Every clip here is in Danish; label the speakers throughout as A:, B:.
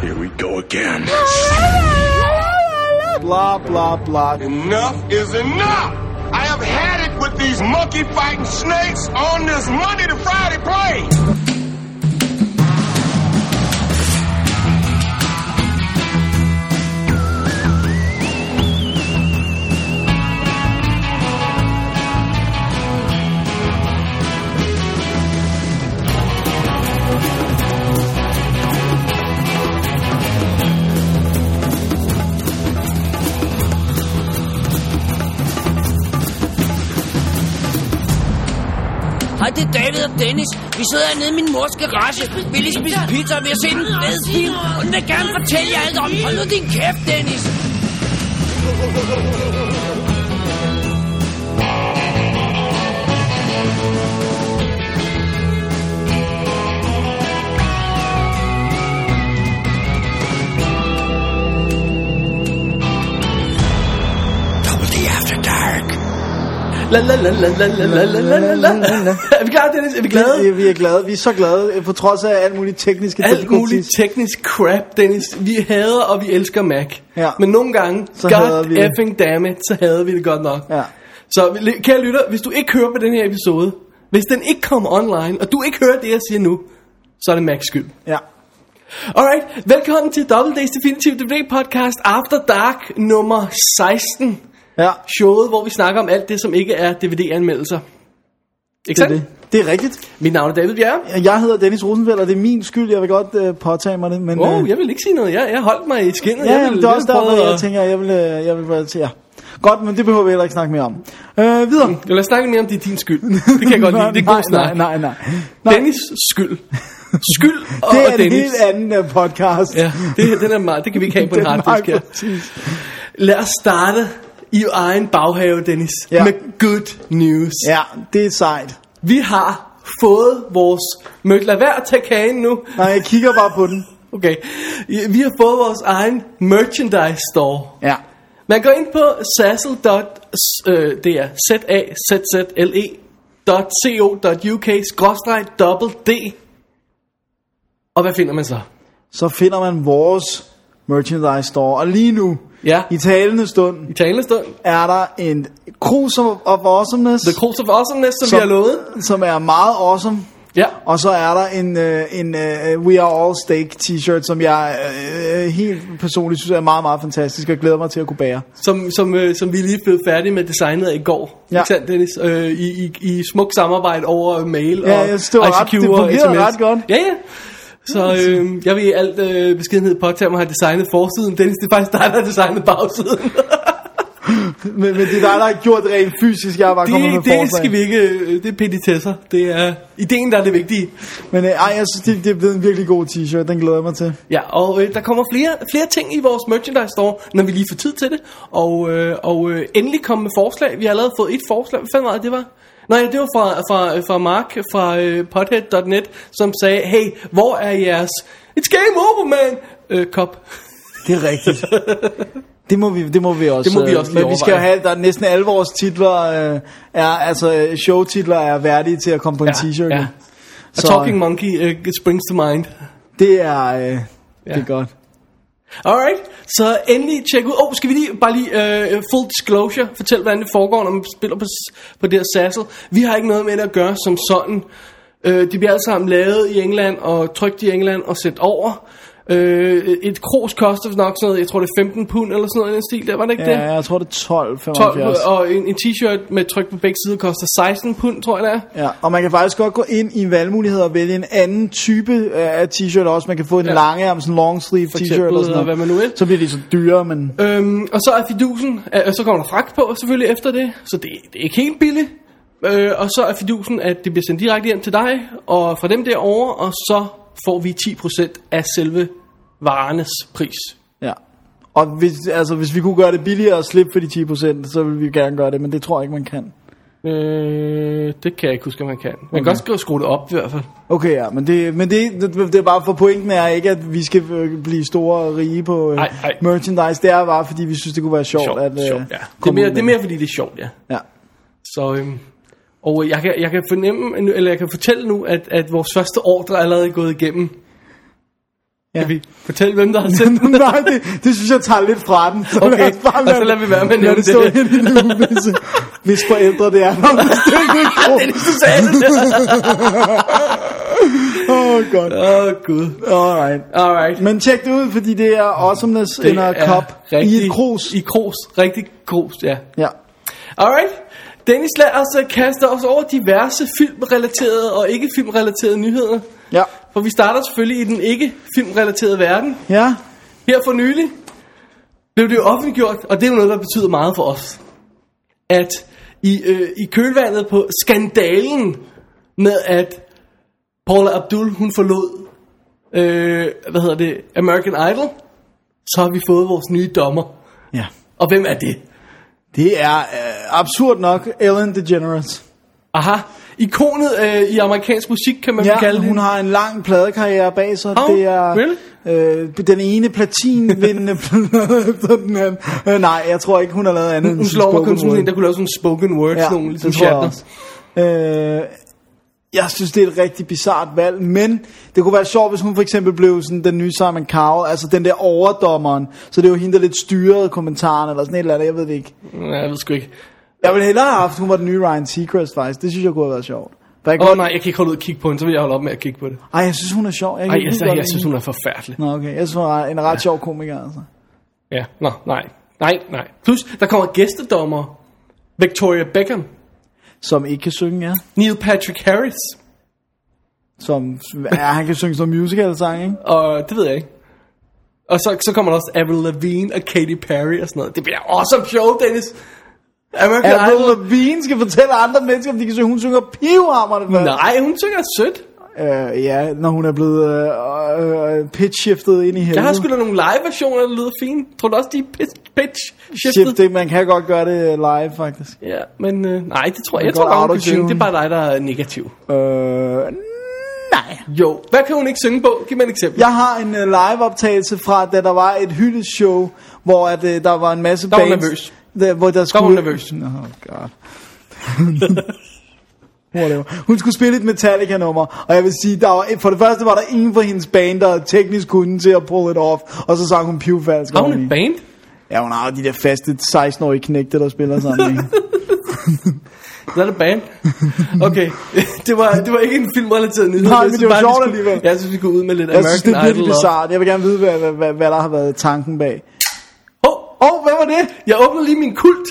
A: Here we go again.
B: Blah, blah, blah.
A: Enough is enough! I have had it with these monkey fighting snakes on this Monday to Friday plane!
C: Hej, det er David og Dennis. Vi sidder hernede i min mors garage. Vi lige spise pizza, og vi har set en fed film. Og den vil gerne fortælle jer alt om. Hold nu din kæft, Dennis. Double D After Dark.
D: La la la la la la la la la la la. Er vi klar, Dennis? Er vi glade?
B: Vi, vi er glade. Vi er så glade, øh, på trods af alt muligt tekniske
D: Alt muligt
B: difficulties.
D: teknisk crap, Dennis. Vi hader og vi elsker Mac.
B: Ja.
D: Men nogle gange, så
B: Så
D: god
B: hader vi det.
D: effing damn it, så hader vi det godt nok.
B: Ja.
D: Så kære lytter, hvis du ikke hører på den her episode, hvis den ikke kommer online, og du ikke hører det, jeg siger nu, så er det Macs skyld.
B: Ja.
D: Alright, velkommen til Double Days Definitive DVD Podcast After Dark nummer 16.
B: Ja.
D: Showet, hvor vi snakker om alt det, som ikke er DVD-anmeldelser. Ikke
B: Det er
D: sandt?
B: det. Det er rigtigt.
D: Mit navn er David Bjerre.
B: Jeg hedder Dennis Rosenfeldt, og det er min skyld. Jeg vil godt øh, påtage mig det. Men,
D: Wow,
B: øh,
D: jeg vil ikke sige noget. Jeg, jeg holdt mig i skinnet.
B: Ja,
D: jeg
B: jamen,
D: ville
B: det er også
D: lidt prøve
B: derfor, jeg
D: at-
B: tænker, jeg vil, øh, jeg vil relatere. Godt, men det behøver vi heller ikke snakke mere om. Øh, videre.
D: Jo, lad os snakke lidt mere om, det er din skyld. Det kan jeg godt lide. Det er
B: nej,
D: god snak.
B: nej, nej, nej, nej.
D: Dennis skyld. Skyld og,
B: det
D: og
B: er en
D: Dennis.
B: helt anden øh, podcast.
D: Ja, det, den er meget, det kan vi ikke have på en
B: Den er
D: harddisk her.
B: meget præcis.
D: Lad os starte i egen baghave, Dennis,
B: Ja.
D: med good news.
B: Ja, det er sejt.
D: Vi har fået vores... Må ikke lade være at tage kagen nu.
B: Nej, jeg kigger bare på den.
D: Okay. Vi har fået vores egen merchandise store.
B: Ja.
D: Man går ind på sassel. Øh, det er z a z z l e dot co.uk skråstreg dobbelt d. Og hvad finder man så?
B: Så finder man vores merchandise store. Og lige nu,
D: Ja.
B: i talende stund,
D: I talestund.
B: er der en krus of awesomeness,
D: The Cruise of Awesomeness, som, som vi har lovet.
B: som er meget awesome.
D: Ja.
B: Og så er der en, øh, en øh, We Are All Steak t-shirt, som jeg øh, helt personligt synes er meget, meget fantastisk, og glæder mig til at kunne bære.
D: Som, som, øh, som vi lige blev færdige med designet af i går.
B: Ja.
D: Ikke sandt, Dennis? Øh, i, i, I smuk samarbejde over mail
B: Ja,
D: og
B: jeg stod ret-
D: ICQ
B: det
D: og
B: fungerede
D: sms.
B: ret godt.
D: Ja, ja. Så øh, jeg vil i alt øh, beskedenhed påtage mig at have designet forsiden. Dennis, det er faktisk dig, der har designet bagsiden.
B: Men, men det er dig, der har gjort det rent fysisk, jeg har bare kommet med
D: Det,
B: forslag.
D: det skal vi ikke, øh, det er petitesser. Det er ideen, der er det vigtige.
B: Men øh, ej, jeg synes, det, det er blevet en virkelig god t-shirt, den glæder jeg mig til.
D: Ja, og øh, der kommer flere, flere ting i vores merchandise store, når vi lige får tid til det. Og, øh, og øh, endelig komme med forslag. Vi har allerede fået et forslag. Hvad fanden var det, det var? Nej, det var fra, fra, fra Mark fra øh, pothead.net, som sagde, hey, hvor er jeres... It's game over, man! Øh, kop.
B: Det er rigtigt. Det må vi, det må vi også.
D: Det må vi
B: øh,
D: også lige
B: men vi skal jo
D: overveje.
B: have, der er næsten alle vores titler, øh, er, altså øh, showtitler er værdige til at komme på en
D: Ja,
B: t-shirt.
D: ja.
B: jo.
D: A talking monkey øh, springs to mind.
B: Det er, øh, det
D: Ja.
B: er godt.
D: Alright, så endelig tjek ud. Åh, oh, skal vi lige bare lige uh, full disclosure fortælle, hvordan det foregår, når man spiller på, s- på det her sassel. Vi har ikke noget med det at gøre som sådan. Uh, de bliver alle sammen lavet i England og trygt i England og sendt over. Uh, et kros koster nok sådan noget, jeg tror det er 15 pund eller sådan noget i den stil der, var det ikke det?
B: Ja, jeg tror, det er 12,
D: 12,
B: 75.
D: og en, en t-shirt med tryk på begge sider koster 16 pund, tror jeg det er.
B: Ja, og man kan faktisk godt gå ind i valgmuligheder og vælge en anden type øh, af t-shirt også. Man kan få en
D: Ja.
B: ja. lange arm, sådan long sleeve
D: eksempel,
B: t-shirt og sådan
D: og hvad man nu vil.
B: Så bliver de så dyre, men
D: Øhm, og så er fidusen, øh, så kommer der fragt på selvfølgelig efter det, så det, det er ikke helt billigt. Øh, og så er fidusen, at det bliver sendt direkte hjem til dig, og fra dem derovre, og så får vi 10% af selve varernes pris.
B: ja. Og hvis, altså, hvis vi kunne gøre det billigere og slippe for de 10%, så ville vi gerne gøre det, men det tror jeg ikke, man kan.
D: Øh, det kan jeg ikke huske, om man kan. Man kan godt skrive, skrue det op i hvert fald.
B: Okay, ja, men, det, men det, det, det er bare for pointen er ikke, at vi skal øh, blive store og rige på øh,
D: Ej, ej.
B: merchandise. Det er bare, fordi vi synes, det kunne være sjovt,
D: Sjovt,
B: at øh,
D: sjovt, ja. Det er,
B: komme
D: mere,
B: ud
D: det er
B: med
D: mere, fordi det er sjovt, ja.
B: Ja.
D: Så, øhm, og jeg kan, jeg kan fornemme, nu- eller jeg kan fortælle nu, at, at vores første ordre allerede er gået igennem. Ja. Kan vi fortælle, hvem der har sendt den?
B: Nej, det, det synes jeg tager lidt fra den. Så
D: Okay,
B: lad os bare
D: og
B: lade-
D: så lader vi være med at
B: lad
D: nævne
B: det.
D: det.
B: stå hen i det uvisse, hvis forældre det er.
D: Dennis, du sagde det der.
B: Åh, oh, godt.
D: Åh, oh, Gud.
B: Alright.
D: Alright.
B: Men tjek det ud, fordi det er awesomeness det in a
D: er
B: cup i
D: rigtig-
B: et krus.
D: I krus. Rigtig krus, ja.
B: Ja.
D: Alright. Dennis, lad os øh, kaste os over diverse filmrelaterede og ikke filmrelaterede nyheder.
B: Ja.
D: For vi starter selvfølgelig i den ikke filmrelaterede verden.
B: Ja.
D: Her for nylig blev det jo offentliggjort, og det er jo noget, der betyder meget for os, at i, øh, i kølvandet på skandalen med, at Paula Abdul, hun forlod, øh, hvad hedder det, American Idol, så har vi fået vores nye dommer.
B: Ja.
D: Og hvem er det?
B: Det er øh, absurd nok Ellen DeGeneres.
D: Aha, ikonet øh, i amerikansk musik, kan man ja, kalde
B: Ja,
D: det.
B: hun har en lang pladekarriere bag sig.
D: Oh,
B: det er
D: really?
B: øh, den ene platinvindende plade efter den anden. Øh, nej, jeg tror ikke, hun har lavet andet
D: hun
B: end
D: slår over
B: spoken
D: kun sådan
B: word.
D: en, der kunne lave sådan en spoken word, ja, sådan nogle ligesom
B: det tror jeg
D: Shatner.
B: også. Øh, jeg synes, det er et rigtig bizart valg, men det kunne være sjovt, hvis hun for eksempel blev sådan den nye Simon Cowell, altså den der overdommeren, så det er jo hende, der lidt styrede kommentaren eller sådan et eller andet, jeg ved det ikke.
D: Ja, jeg ved sgu ikke.
B: Jeg ville hellere have haft, hun var den nye Ryan Seacrest faktisk, det synes jeg kunne have været sjovt. For jeg kan
D: Åh oh,
B: godt-
D: nej, jeg kan ikke holde ud og kigge på hende, så vil jeg holde op med at kigge på det.
B: Ej, jeg synes, hun er sjov. Jeg, kan
D: Ej, jeg,
B: vildt godt
D: jeg, jeg
B: lide
D: synes,
B: hende.
D: hun er forfærdelig.
B: Nå, okay. Jeg synes, hun er en ret sjov komiker, altså.
D: Ja, nå, nej, nej, nej. Plus, der kommer gæstedommer. Victoria Beckham,
B: Som ikke kan synge, ja.
D: Neil Patrick Harris,
B: Som, ja, han kan synge som musical-sang, ikke?
D: og det ved jeg ikke. Og så, så kommer der også Avril Lavigne og Katy Perry og sådan noget. Det bliver awesome show, Dennis. American
B: Avril
D: Idol.
B: Lavigne skal fortælle andre mennesker, om de kan synge. Hun synger pivhammerne. mand.
D: Nej, hun synger sødt.
B: Øh, ja, når hun er blevet øh, øh, pitch-shiftet ind i helvede.
D: Jeg har sgu da nogle live-versioner, der lyder fine. Tror du også, de er pitch, pitch shiftet?
B: shiftet. Man kan godt gøre det live, faktisk.
D: Ja, men øh, nej, det tror jeg. Jeg
B: kan
D: tror
B: godt
D: bare, hun kan
B: autotune.
D: synge. Det er bare dig, der er negativ.
B: Øh, nej.
D: Jo, hvad kan hun ikke synge på? Giv mig et eksempel.
B: Jeg har en uh, live-optagelse fra, da der var et hyldeshow, hvor at, uh, der var en masse
D: Der var hun
B: bands.
D: nervøs.
B: Der, hvor der skulle...
D: hun nervøs.
B: Oh, God. Whatever. Hun skulle spille et Metallica-nummer, og jeg vil sige, der var, for det første var der ingen fra hendes band, der teknisk kunne til at pull it off, og så sang hun pivfalsk
D: Har hun
B: oveni.
D: et band?
B: Ja, hun har jo de der faste 16-årige knægte, der spiller sammen. ikke?
D: Så er det band. Okay, det var, det var ikke en filmrelateret nyhed.
B: Nej,
D: Jeg
B: men
D: synes
B: det var
D: bare, vi
B: sjovt
D: skulle-
B: alligevel.
D: Jeg synes, vi kunne ud med lidt
B: Jeg
D: American
B: synes, det er virkelig
D: Idol. og-
B: bizart. Jeg vil gerne vide, hvad, hvad, hvad, hvad der har været tanken bag.
D: Hov,
B: Åh, oh, hvad var det?
D: jeg åbnede lige min kult.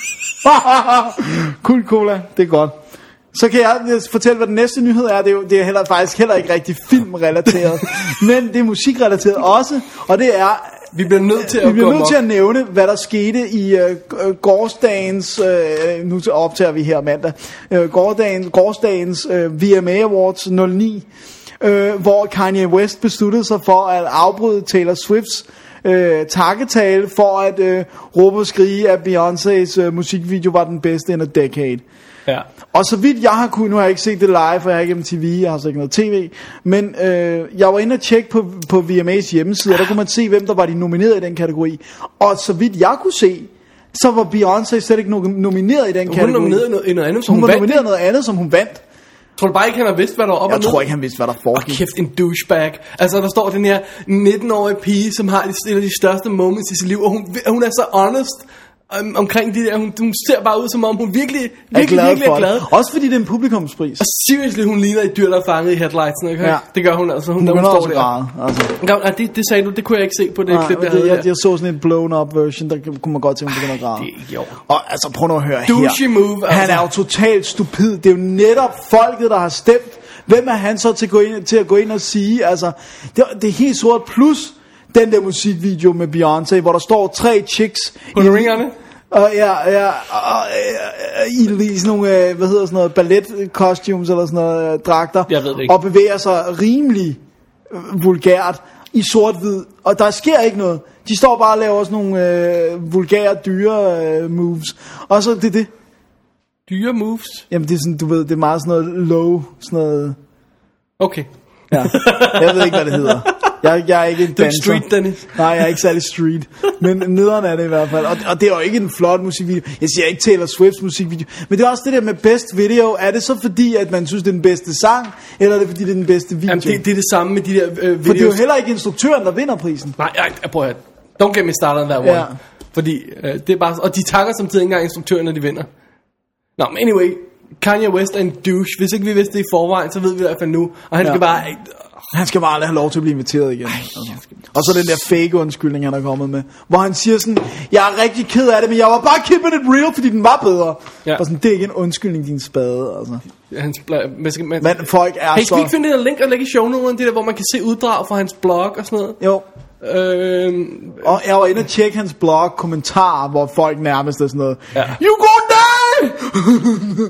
B: Kul cola, det er godt. Så kan jeg fortælle, hvad den næste nyhed er. Det er, jo, det er heller, faktisk heller ikke rigtig filmrelateret, men det er musikrelateret også. Og det er,
D: Vi bliver nødt til at
B: vi bliver
D: gå
B: nødt til
D: amok.
B: at nævne, hvad der skete i øh, øh, gårsdagens, øh, nu til- optager vi her mandag, øh, gårsdagens, gårsdagens øh, VMA Awards 09, øh, hvor Kanye West besluttede sig for at afbryde Taylor Swifts øh, takketale for at øh, råbe og skrige, at Beyoncé's øh, musikvideo var den bedste in a decade.
D: Ja.
B: Og så vidt jeg har kunnet, nu har jeg ikke set det live, for jeg har ikke MTV, jeg har så ikke noget tv, men øh, jeg var inde og tjekke på, på VMA's hjemmeside, og der kunne man se, hvem der var de nominerede i den kategori. Og så vidt jeg kunne se, så var Beyoncé slet ikke no- nomineret i den
D: Hun
B: kategori.
D: nominerede noget, noget andet, så
B: hun,
D: hun,
B: var
D: vandt.
B: nomineret noget andet, som hun vandt.
D: Tror du bare ikke, han har vidst, hvad der var op
B: Jeg
D: og ned?
B: tror ikke, han vidste, hvad der
D: Og
B: foregik.
D: kæft, en douchebag. Altså, der står den her 19-årige pige, som har et af de største moments i sit liv, og hun, hun er så honest om, omkring det der. Hun, hun ser bare ud, som om hun virkelig, virkelig, virkelig er
B: det.
D: glad.
B: Også fordi det er en publikumspris.
D: Og seriously, hun ligner et dyr, der er fanget i headlights. Okay?
B: Ja.
D: Ja. Det gør hun altså. Hun,
B: Hun
D: når hun
B: begynder
D: står
B: også
D: der.
B: at græde. Altså.
D: Nå, nej, det, det sagde du, det kunne jeg ikke se på det
B: Nej,
D: klip, jeg
B: det,
D: havde
B: jeg,
D: der.
B: jeg, så sådan en blown up version, der kunne man godt se, hun begynder at græde.
D: Det er ikke i orden.
B: Og altså, prøv nu at høre
D: Douchey
B: her.
D: move,
B: han
D: altså.
B: er jo totalt stupid. Det er jo netop folket, der har stemt. Hvem er han så til at gå ind, til at gå ind og sige? Altså, det, det er helt sort. Plus den der musikvideo med Beyoncé, hvor der står tre chicks.
D: På
B: i-
D: ringerne?
B: Og ja, ja, og, øh, øh, i sådan nogle, øh, hvad hedder sådan noget, balletkostumes eller sådan noget, øh, dragter.
D: Jeg ved det ikke.
B: Og bevæger sig rimelig øh, vulgært i sort-hvid. Og der sker ikke noget. De står bare og laver sådan nogle øh, vulgære, dyre øh, moves. Og så det er det.
D: Dyre moves.
B: Jamen det er sådan, du ved, det er meget sådan noget low, sådan noget...
D: Okay.
B: Ja. Jeg ved ikke, hvad det hedder. Jeg, jeg er ikke en
D: Du er
B: danser.
D: ikke street, Dennis.
B: Nej, jeg er ikke særlig street. Men nederen er det i hvert fald. Og, og det er jo ikke en flot musikvideo. Jeg siger ikke Taylor Swift's musikvideo. Men det er også det der med best video. Er det så fordi, at man synes, det er den bedste sang? Eller er det fordi, det er den bedste video?
D: Jamen, det, det er det samme med de der øh, videoer.
B: For det er jo heller ikke instruktøren, der vinder prisen.
D: Nej, nej, jeg prøver at høre. Don't get me started on that one.
B: Ja.
D: Fordi øh, det er bare... Og de takker samtidig ikke engang instruktøren, når de vinder. Nå, men anyway. Kanye West er en douche. Hvis ikke vi vidste det i forvejen, så ved vi det i hvert fald nu. Og han
B: Ja.
D: ja. skal bare...
B: Han skal bare aldrig have lov til at blive inviteret igen. altså. Og så den der fake undskyldning, han er kommet med. Hvor han siger sådan, jeg er rigtig ked af det, men jeg var bare keeping it real, fordi den var bedre.
D: Ja.
B: Og sådan, det er ikke en undskyldning, din spade. Altså.
D: Øh, hans, bla- man skal, man,
B: Men folk
D: Hey,
B: er
D: skal vi
B: så...
D: ikke finde det der link og lægge i shownoteren, det der, hvor man kan se uddrag fra hans blog og sådan noget?
B: Jo,
D: Øhm,
B: og jeg var inde og tjekke hans blog kommentarer, hvor folk nærmest er sådan noget.
D: Ja.
B: You gonna die!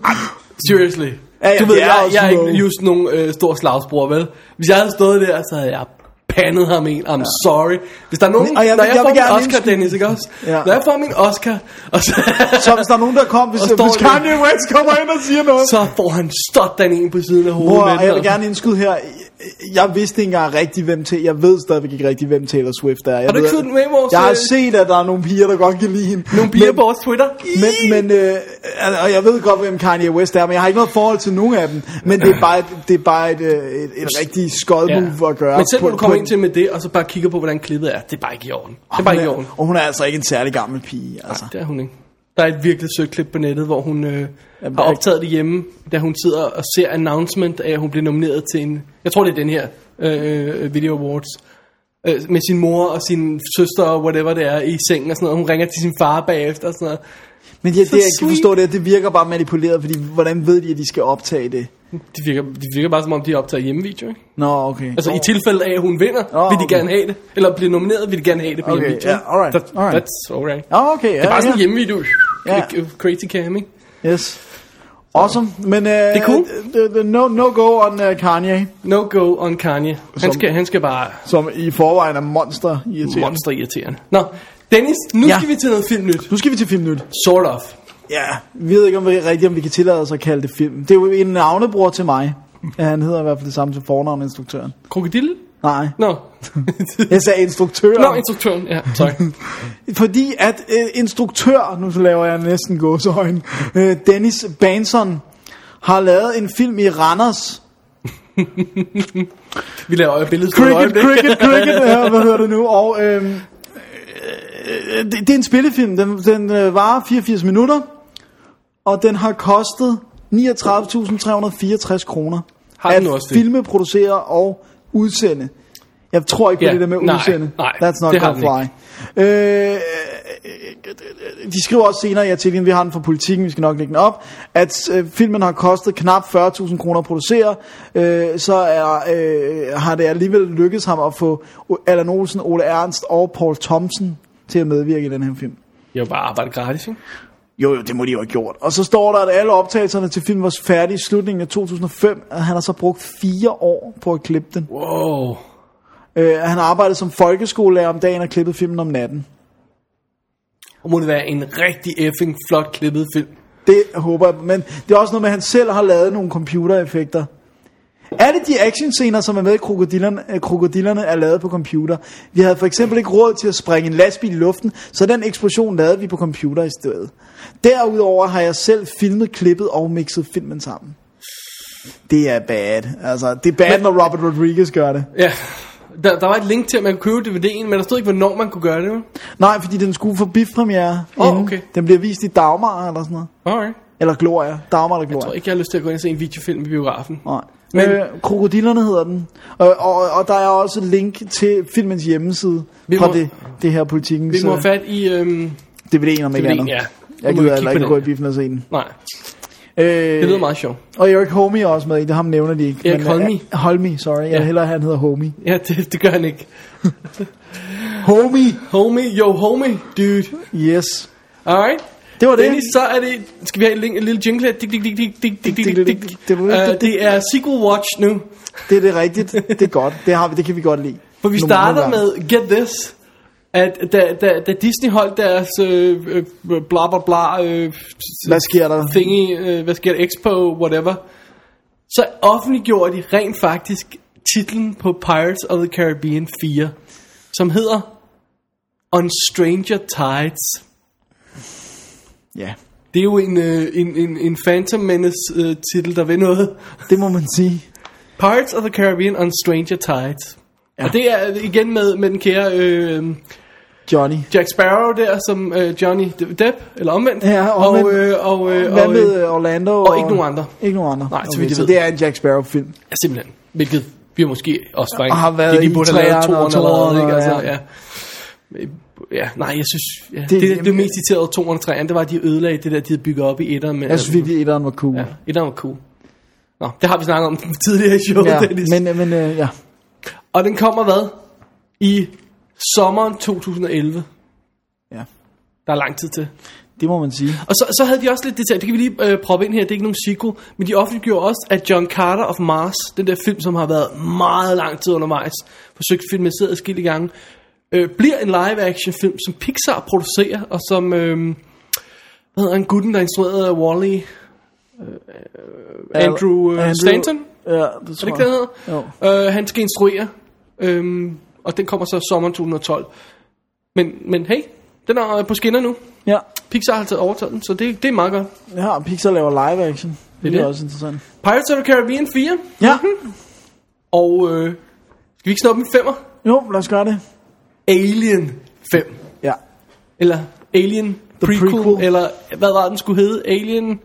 D: seriously.
B: Ja, ja,
D: du ved,
B: det er
D: jeg,
B: også
D: jeg er
B: low.
D: ikke just nogen øh, stor slagsbror, vel? Hvis jeg havde stået der, så havde jeg pandet ham en. I'm ja. sorry. Hvis der er nogen,
B: Og jeg vil-
D: når jeg,
B: jeg
D: får
B: vil gerne
D: min Oscar,
B: indskyde-
D: Dennis, ikke også?
B: Ja.
D: Når jeg får min Oscar, og så,
B: Så hvis der er nogen, der kom, hvis,
D: Og står
B: hvis
D: det.
B: Kanye West kommer ind og siger noget.
D: så får han sådan en på siden af hovedet.
B: Bror,
D: med
B: og jeg vil
D: den,
B: gerne indskyde her. Jeg vidste ikke engang rigtig, hvem til. Jeg ved stadigvæk ikke rigtig, hvem Taylor Swift er. Jeg
D: Har du
B: ved-
D: ikke fulgt med i vores,
B: Jeg har
D: øh,
B: set, at der er nogle piger, der godt kan lide hende.
D: Nogle bier på vores Twitter.
B: Men, men øh, al- og jeg ved godt, hvem Kanye West er, men jeg har ikke noget forhold til nogen af dem. Men det er bare et, det er bare et, øh, et, et rigtig skød move at gøre.
D: Men selv
B: på-
D: når du kommer
B: på-
D: ind til med det, og så bare kigger på, hvordan klippet er, det er bare ikke i orden. Det er bare ikke i orden.
B: Og hun er altså ikke en særlig gammel pige. Altså.
D: Det er hun ikke. Der er et virkelig sødt klip på nettet, hvor hun øh, har
B: jeg-
D: optaget det hjemme, da hun sidder og ser announcement af, at hun bliver nomineret til en... Jeg tror, det er den her øh, Video Awards. Øh, med sin mor og sin søster og whatever det er i sengen og sådan noget. Hun ringer til sin far bagefter og sådan noget.
B: Men ja, det,
D: Så
B: jeg kan
D: sweet.
B: forstå, det, er, at det virker bare manipuleret, fordi hvordan ved de, at de skal optage det?
D: Det virker, det virker bare som om, de optager hjemmevideo, ikke?
B: Nå, okay.
D: Altså oh. i tilfælde af, at hun vinder,
B: Åh,
D: oh, vil de
B: okay.
D: gerne have det. Eller bliver nomineret, vil de gerne have det på
B: Okay,
D: hjemmevideo.
B: ja,
D: ikke?
B: alright,
D: That-
B: alright.
D: That's alright.
B: Nå, okay. Ja,
D: Det er bare sådan en
B: ja.
D: hjemmevideo.
B: Ja.
D: Ja. Crazy cam, ikke?
B: Yes. Awesome. Men uh, det
D: er cool.
B: no, no go on uh, Kanye,
D: No go on Kanye.
B: Som-
D: Han skal, han skal bare...
B: som i forvejen er monster irriterende.
D: monster irriterende. Nå, Dennis, nu
B: Ja.
D: ja. skal vi til noget filmnyt.
B: Nu skal vi til filmnyt.
D: Sort of.
B: Ja, vi ved ikke om vi, rigtigt, om vi kan tillade os at kalde det film. Det er jo en navnebror til mig. Ja, han hedder i hvert fald det samme til fornavninstruktøren.
D: Krokodille?
B: Nej,
D: Nå.
B: jeg sagde instruktøren.
D: Nå, instruktøren. Ja, sorry.
B: Fordi at øh, instruktør, nu så laver jeg næsten gåsøjne, øh, Dennis Banson har lavet en film i Randers.
D: Vi laver jo billedet.
B: Cricket, cricket, cricket, ja, hvad hedder det nu? Og øh, øh, det, det er en spillefilm, den, den øh, varer 84 minutter, og den har kostet 39.364 kroner.
D: Har den nu også det?
B: filme, producere og udsende. Jeg tror ikke på
D: Ja,
B: det der med
D: nej,
B: udsende.
D: nej,
B: That's not
D: det har
B: gonna fly. Øh, de skriver også senere i artiklen, vi har den fra politikken, vi skal nok lægge den op, at øh, filmen har kostet knap 40.000 kroner at producere, øh, så er, øh, har det alligevel lykkedes ham at få O- Allan Olsen, Ole Ernst og Paul Thompson til at medvirke i den her film.
D: Jeg bare arbejde gratis, ikke?
B: Jo, jo, det må de jo have gjort. Og så står der, at alle optagelserne til filmen var færdige i slutningen af 2005, og han har så brugt fire år på at klippe den.
D: Wow.
B: Øh, han har arbejdet som folkeskolelærer om dagen og klippet filmen om natten.
D: Og må det være en rigtig effing flot klippet film.
B: Det håber jeg, men det er også noget med, at han selv har lavet nogle computereffekter. Alle de actionscener, som er med i krokodillerne, øh, krokodillerne, er lavet på computer. Vi havde for eksempel ikke råd til at springe en lastbil i luften, så den eksplosion lavede vi på computer i stedet. Derudover har jeg selv filmet klippet og mixet filmen sammen. Det er bad. Altså, det er bad, men,
D: Men-
B: når Robert Rodriguez gør det.
D: Ja. Der, der var et link til, at man kunne købe DVD'en, men der stod ikke, hvornår man kunne gøre det. vel?
B: Nej, fordi den skulle forbi premiere.
D: Åh, okay.
B: Den bliver vist i Dagmar eller sådan noget.
D: Alright.
B: Eller Gloria. Dagmar eller Gloria.
D: Jeg tror ikke, jeg har lyst til at gå ind og se en videofilm i biografen.
B: Nej. Men,
D: Men-
B: øh, krokodillerne hedder den. Og, og, og der er også et link til filmens hjemmeside
D: Vi
B: fra
D: må-
B: det, det her politikken.
D: Vi må have fat i... Øhm,
B: DVD'en om ikke
D: DVD'en,
B: andet.
D: ja.
B: Jeg
D: Nu må vi
B: gider
D: kigge på
B: heller ikke
D: den.
B: gå i biffen og se den.
D: Nej,
B: Øh,
D: det lyder meget sjovt.
B: Og Eric Homie er også med i det. Ham nævner de ikke.
D: Erik Holme.
B: Uh, Holmi, sorry. Jeg ja.
D: Ja.
B: hellere, han hedder Homie.
D: Ja, det, det gør han ikke.
B: Homie!
D: Homie, yo homie, dude.
B: Yes.
D: Alright.
B: Det var det.
D: Dennis, så er det... Skal vi have en, link- en lille jingle her? Dik, dik, dik, dik, dik, dik, dik, dik, dik. Øh, Det er Sequel Watch nu.
B: Det er det rigtigt. Det er godt. Det, har vi, det kan vi godt lide.
D: For vi
B: Nogle-
D: starter
B: nogle gange.
D: med, get this, at da, da, da Disney holdt deres øh, øh, bla bla bla... Øh,
B: Hvad sker der?
D: Thingy, øh, hvad sker der? Expo, whatever. Så offentliggjorde de rent faktisk titlen på Pirates of the Caribbean 4, som hedder On Stranger Tides.
B: Ja,
D: Det er jo en, øh, en, en, en Phantom Menace øh, titel, der ved noget.
B: det må man sige.
D: Pirates of the Caribbean on Stranger Tides.
B: Ja.
D: Ja. Og det er øh, igen med, med den kære øh,
B: Johnny.
D: Jack Sparrow der, som øh, Johnny Depp, eller omvendt.
B: Ja,
D: Og,
B: omvendt.
D: øh, og, øh,
B: Hvad
D: og, øh,
B: med øh, Orlando? Og,
D: ikke nogen andre.
B: Ikke nogen andre.
D: Nej, så vidt jeg
B: så
D: ved.
B: det er en Jack Sparrow-film.
D: Ja, simpelthen. Hvilket vi måske også var
B: Og har været
D: det,
B: i
D: de burde have lavet
B: træerne og
D: toeren allerede, ikke?
B: toeren,
D: Altså, ja. ja. nej, jeg synes... Ja.
B: Det-
D: Det, det, det mest irriterede over toeren og træerne, det var, at de ødelagde det der, de havde bygget op i etteren. Med,
B: Jeg synes virkelig, etteren var cool.
D: Ja, etteren var cool. Nå, det har vi snakket om tidligere i showet,
B: Ja,
D: ja, Dennis.
B: men, men øh, ja.
D: Og den kommer hvad? I sommeren 2011.
B: ja,
D: Der er lang tid til.
B: det må man sige.
D: Og så, så havde de også lidt detaljer, det kan vi lige øh, proppe ind her, det er ikke nogen sequel, men de offentliggjorde også, at John Carter of Mars, den der film, som har været meget lang tid undervejs, forsøgt filmatiseret skille gange, øh, bliver en live-action film, som Pixar producerer, og som, øh, hvad hedder han, gutten, der instruerede Wall-E, øh, Andrew, øh, Andrew Stanton,
B: Ja, det tror
D: er det ikke,
B: jeg.
D: det han hedder? Øh, han skal instruere, øhm, og den kommer så sommeren 2012. Men, men hey, den er øh, på skinner nu.
B: Ja.
D: Pixar har taget overtaget den, så det, det er meget godt.
B: ja, og Pixar laver live action. Det, er
D: det.
B: også interessant.
D: Pirates of the Caribbean 4,
B: Ja,
D: og øh, skal vi ikke snuppe en femmer?
B: jo, lad os gøre det.
D: Alien 5,
B: Ja,
D: eller Alien prequel,
B: prequel.
D: prequel, eller hvad var den skulle hedde? Alien...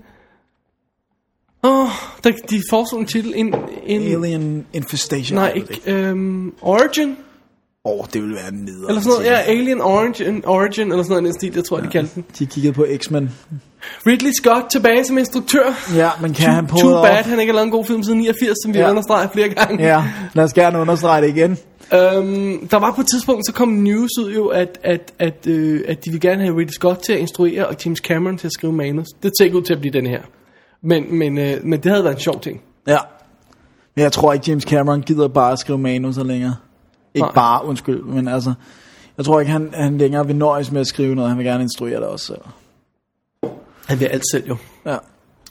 D: Åh, oh, der, de foreslog en titel, en... en
B: Alien Infestation.
D: Nej,
B: jeg ved det
D: ikke. Øhm, Origin?
B: Åh, oh, det ville være en neder.
D: Eller sådan noget, ja, Alien Origin, Origin eller sådan noget i den stil, jeg tror, ja. de kaldte den.
B: De kiggede på X-Men.
D: Ridley Scott tilbage som instruktør.
B: Ja, men kan han på
D: Too bad, han ikke har lavet en god film siden 89, som vi
B: Ja.
D: ja. understreger flere gange.
B: Ja, lad os gerne understrege det igen.
D: Øhm, der var på et tidspunkt, så kom news ud jo, at, at, at, øh, at de ville gerne have Ridley Scott til at instruere, og James Cameron til at skrive manus. Det ser ikke ud til at blive den her. Men, men, øh, men det havde været en sjov ting.
B: Ja. Men jeg tror ikke, James Cameron gider bare at skrive manuser længere. Ikke
D: Nej.
B: bare, undskyld, men altså... Jeg tror ikke, han, han længere vil nøjes med at skrive noget. Han vil gerne instruere det også selv.
D: Han vil alt selv jo.
B: Ja.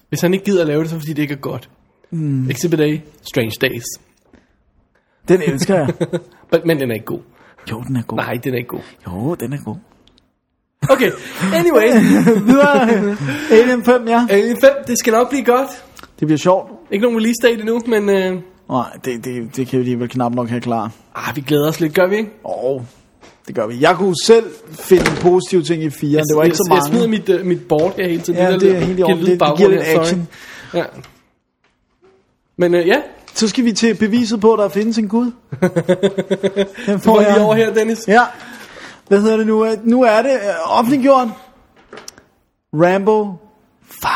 D: Hvis han ikke gider at lave det, så er det, fordi det ikke er godt. Mm. Exhibit A, Strange Days.
B: Den elsker jeg.
D: Men, men den er ikke god.
B: Jo, den er god.
D: Nej, den er ikke god.
B: Jo, den er god.
D: Okay, anyway.
B: Videre. Alien 5, ja.
D: Alien 5, det skal nok blive godt.
B: Det bliver sjovt.
D: Ikke nogen release date endnu, men øh,
B: Nej, det, det, det kan vi alligevel knap nok have klar.
D: ah, vi glæder os lidt, gør vi ikke?
B: Åh, det gør vi. Jeg kunne selv finde positive ting i 4. Det var ikke så
D: Jeg- Jeg smider
B: mange.
D: mit, øh, mit board her hele tiden.
B: Ja,
D: der
B: det er
D: lyd-
B: helt i
D: giver
B: orden.
D: lyd
B: Det- det
D: baggrund
B: giver lidt
D: her, sorry.
B: action.
D: Ja. Men øh, ja,
B: Så skal vi til beviset på, at der findes en Gud. Den
D: du
B: får
D: var lige over
B: jeg.
D: her, Dennis.
B: Ja. Hvad hedder det nu? Nu er det øh, offentliggjort. Rambo 5.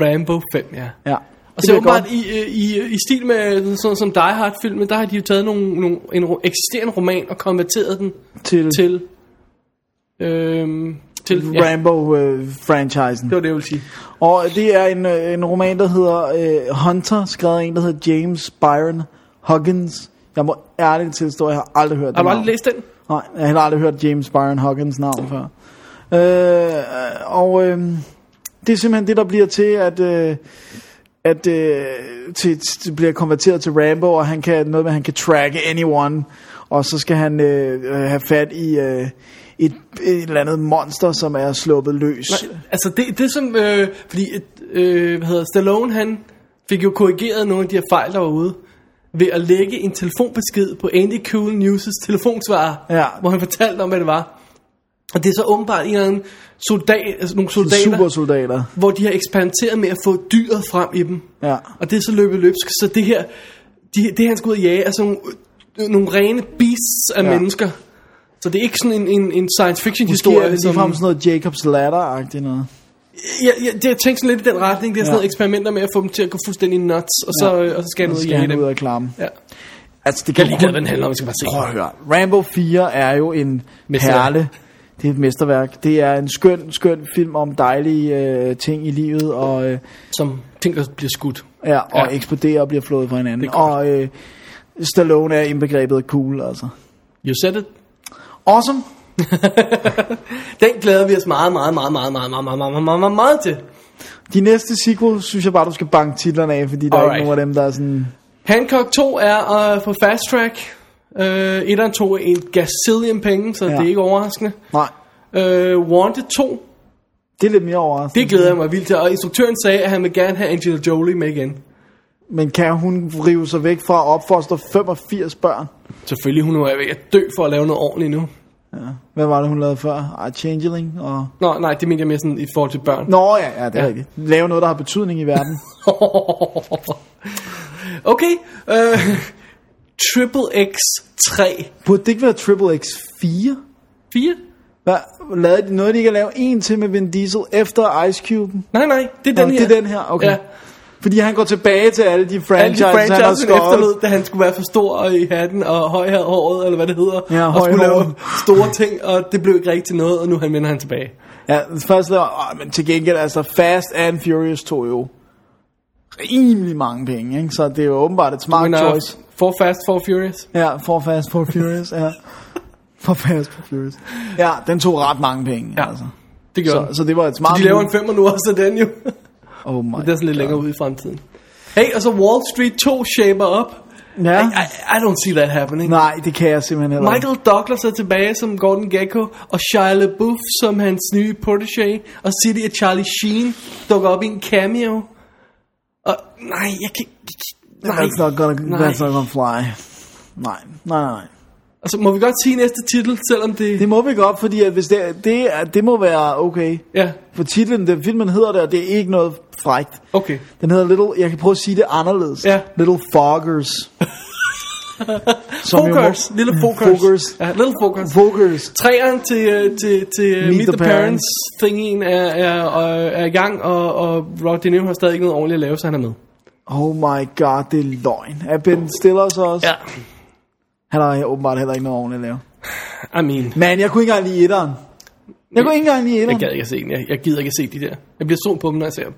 D: Rambo 5, ja.
B: Ja.
D: Og
B: det
D: så
B: bliver
D: åbenbart
B: godt.
D: i, øh, i, øh, i stil med sådan noget som Die Hard filmen, der har de jo taget nogle, nogle, en ro- eksisterende roman og konverteret den
B: til, til
D: til, øhm, til ja,
B: øh, Rambo-franchisen.
D: det var det, jeg ville sige.
B: Og det er en, øh, en roman, der hedder øh, Hunter, skrevet af en, der hedder James Byron Huggins. Jeg må ærligt tilstå, at jeg har aldrig hørt
D: Har
B: det
D: du
B: navn.
D: aldrig læst den?
B: Nej, jeg har heller aldrig hørt James Byron Huggins navn før. Øh, og øh, det er simpelthen det, der bliver til, at... Øh, at øh, til, til, bliver konverteret til Rambo, og han kan noget med, at han kan tracke anyone, og så skal han øh, øh, have fat i øh, et, et eller andet monster, som er sluppet løs.
D: Nej, altså det, det som, øh, fordi, et, øh, hvad hedder Stallone, han fik jo korrigeret nogle af de her fejl, der var ude, ved at lægge en telefonbesked på Andy Cool News' telefonsvarer,
B: Ja.
D: hvor han fortalte om, hvad det var. Og det er så åbenbart en eller anden soldat, altså nogle soldater,
B: Supersoldater.
D: hvor de har eksperimenteret med at få dyret frem i dem.
B: Ja.
D: Og det er så løbet løbsk, så det her, de, det han skal ud og jage, er sådan nogle, øh, nogle rene beasts af
B: Ja.
D: ja. mennesker. Så det er ikke sådan en, en, en science fiction
B: Historie,
D: historie.
B: det ligefrem sådan noget Jacobs Ladder-agtigt noget.
D: Ja, ja, det, jeg tænkte sådan lidt i den retning. Det er sådan ja.
B: Ja.
D: noget eksperimenter med at få dem til at gå fuldstændig nuts, og så, ja. og så skal han
B: Nu
D: ud og
B: skal
D: jage
B: han
D: dem.
B: ud og klamme.
D: Ja.
B: Altså, det
D: Jeg er
B: kan
D: ligeglad, hvad den handler om. Vi skal bare se.
B: Prøv at høre. Rambo 4 er jo en
D: Mesterværk.
B: perle. Det er et mesterværk. Det er en skøn, skøn film om dejlige øh, ting i livet, og, øh,
D: Som ting, der bliver skudt.
B: ja, og
D: Ja.
B: eksploderer og bliver flået fra hinanden.
D: Det er godt.
B: Og øh, Stallone er indbegrebet af cool, altså.
D: You said it.
B: Awesome.
D: Den glæder vi os meget, meget, meget, meget, meget, meget, meget, meget, meget, meget, meget til.
B: De næste sequels, synes jeg bare, du skal banke titlerne af, fordi der er
D: Alright.
B: ikke nogen af dem, der er sådan...
D: Hancock 2 er øh, på fast track. Øh, 1 og 2 er en gazillion penge, så ja. det er ikke overraskende.
B: Nej,
D: Øh, Wanted 2,
B: det er lidt mere overraskende.
D: det glæder jeg mig vildt til. Og instruktøren sagde, at han vil gerne have Angela Jolie med igen.
B: Men kan hun rive sig væk fra at opfostre 85 børn?
D: Selvfølgelig, hun er ved at dø for at lave noget ordentligt nu.
B: Hvad var det, hun lavede før? Ah, Changeling og...
D: Nå, nej, det mener jeg mere sådan i forhold til børn.
B: Nå ja, ja det er
D: Ja.
B: ja. rigtigt. Lave noget, der har betydning i verden.
D: okay, øh, Triple X 3.
B: Burde det ikke være Triple X 4?
D: 4?
B: Hvad? Lavede de noget, de ikke har lavet en til med Vin Diesel efter Ice Cube?
D: Nej, nej, det er den
B: Den
D: her.
B: Det er den her, okay.
D: Ja.
B: Ja. Fordi han går tilbage til alle de
D: Alle de
B: franchises, han har
D: franchises, han
B: skåret.
D: efterlod, da han skulle være for stor og i hatten og høj her håret, eller hvad det hedder.
B: Ja,
D: og
B: høj
D: skulle lave
B: håret.
D: store ting, og det blev ikke rigtig til noget, og nu han vender han tilbage.
B: Ja, først laver, åh, men til gengæld, altså Fast and Furious tog jo rimelig mange penge, ikke? Så det er jo åbenbart et smart
D: Men
B: Winner.
D: uh,
B: choice.
D: For Fast, For Furious.
B: Ja, for Fast, for Furious, ja. For Fast, for Furious. Ja, den tog ret mange penge,
D: Ja.
B: ja. altså.
D: Det gjorde
B: Så,
D: han.
B: så det var et smart
D: De laver en
B: move.
D: femmer nu også af den jo.
B: Oh my
D: det er sådan lidt længere ude i fremtiden. Hey, og så Wall Street 2 shaper up.
B: Ja.
D: I, I, I don't see that happening.
B: Nej, det kan jeg simpelthen heller ikke.
D: Michael Douglas er tilbage som Gordon Gekko, og Shia LaBeouf som hans nye protege, og City og Charlie Sheen dukker op i en cameo. Og nej, jeg kan ikke... Nej,
B: That's not gonna,
D: nej.
B: that's not gonna altså fly. Nej, nej, nej, nej.
D: Altså, må vi godt sige næste titel, selvom det...
B: Det må vi godt, fordi at hvis det, er- det, er, det må være okay.
D: Ja,
B: For titlen, den filmen hedder det, og det er ikke noget frægt.
D: okay.
B: Den hedder Little, jeg kan prøve at sige det anderledes.
D: Ja.
B: Little Foggers. Som jo må-
D: Fokers, lille Fokers.
B: Fokers.
D: Ja, lille Fokers.
B: Fokers.
D: Træeren til, øh, til, til Meet, Meet the, the Parents, tingen er, er, er, er i gang, og, og Rod De Niro har stadig ikke noget ordentligt at lave, så han er med.
B: Oh my god, det er løgn. Er Ben Stiller så også? Han har åbenbart heller ikke noget ordentligt at lave.
D: I mean,
B: Men jeg kunne ikke engang lide etteren. Jeg kunne ikke engang lide
D: jeg
B: etteren.
D: gad ikke at se den. Jeg, jeg gider ikke at se de der. Jeg bliver sur på dem, når jeg ser dem.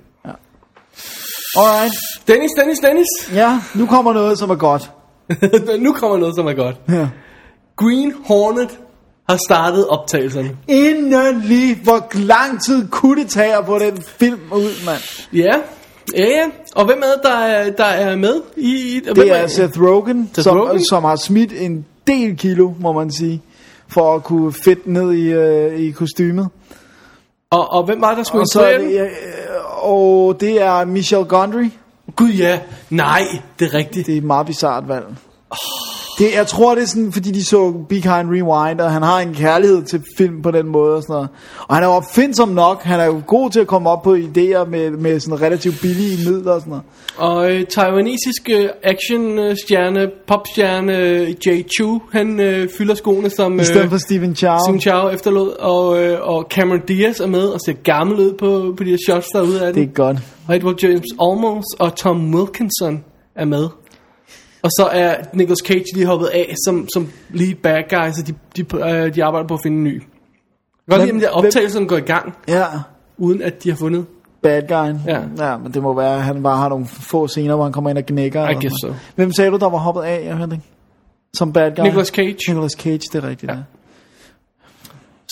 B: Alright.
D: Dennis, Dennis, Dennis.
B: Ja, nu kommer noget, som er godt.
D: nu kommer noget, som er godt.
B: Ja.
D: Green Hornet har startet optagelserne.
B: Indendelig, hvor lang tid kunne det tage at få den film ud, mand?
D: Ja, ja, ja. Og hvem er det, der er, der er med? I, i, hvem
B: Det er Seth Rogen,
D: Seth
B: som,
D: Rogen?
B: som har smidt en del kilo, må man sige, for at kunne fedte ned i, øh, i kostymet.
D: Og, og hvem var det, der skulle
B: Og, så er
D: instruere den?
B: det, øh, og det er Michel Gondry.
D: Gud ja, nej, det er rigtigt.
B: Det er et meget bizarrt valg. Det, jeg tror, det er sådan, fordi de så Big Kind Rewind, og han har en kærlighed til film på den måde og sådan noget. Og han er jo opfindsom nok. Han er jo god til at komme op på idéer med, med sådan relativt billige midler og sådan noget.
D: Og øh, taiwanesisk øh, actionstjerne, popstjerne øh, Jay Chu, han øh, fylder skoene som
B: I stedet for
D: øh,
B: Steven Chow.
D: Sim Chow efterlod, og, øh, og Cameron Diaz er med og ser gammel ud på, på de her shots, der er ude af
B: Det
D: den.
B: er godt.
D: Og Edward James Olmos og Tom Wilkinson er med. Og så er Nicolas Cage lige hoppet af som, som lead bad guy, så de, de, øh, de arbejder på at finde en ny. Jeg kan
B: Hvem-
D: godt lide, at
B: hvem-
D: optagelsen går i gang,
B: Ja,
D: uden at de har fundet.
B: bad guyen.
D: Ja.
B: ja, men det må være, at han bare har nogle få scener, hvor han kommer ind og gnækker. eller
D: guess
B: sådan noget.
D: so.
B: Hvem sagde du, der var hoppet af? Jeg hørte ikke. Som bad guy?
D: Nicolas Cage.
B: Nicolas Cage, det er rigtigt. Ja.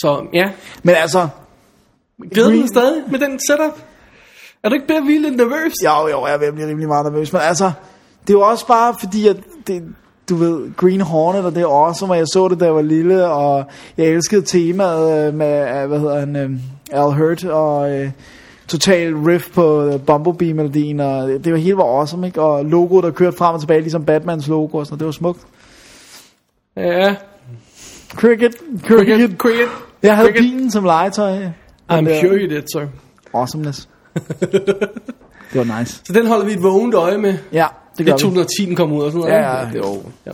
D: Så ja,
B: Men altså,
D: Glæder du dig
B: Green-
D: stadig med den setup? Er du ikke blevet vildt lidt nervøs?
B: Jo, jo, jeg er ved at blive rimelig meget nervøs, men altså, det er jo også bare fordi, at det, du ved, Green Hornet, og det er awesome, og jeg så det, da jeg var lille, og jeg elskede temaet øh, med, øh, hvad hedder han, øh, Al Hurt, og øh, total riff på øh, Bumblebee-melodien, og det var helt var awesome, ikke? Og logoet, der kørte frem og tilbage, ligesom Batmans logo, og sådan, noget, det var smukt.
D: Ja.
B: Cricket,
D: Cricket,
B: cricket.
D: cricket.
B: Jeg havde
D: cricket.
B: bilen som legetøj.
D: I'm
B: der-
D: sure you did, sir.
B: Awesomeness. det var nice.
D: Så den holder vi et vågent øje med.
B: Ja, det
D: Det er
B: gør vi.
D: 2010, den kom ud og sådan noget.
B: Ja,
D: ikke?
B: jo.
D: jo.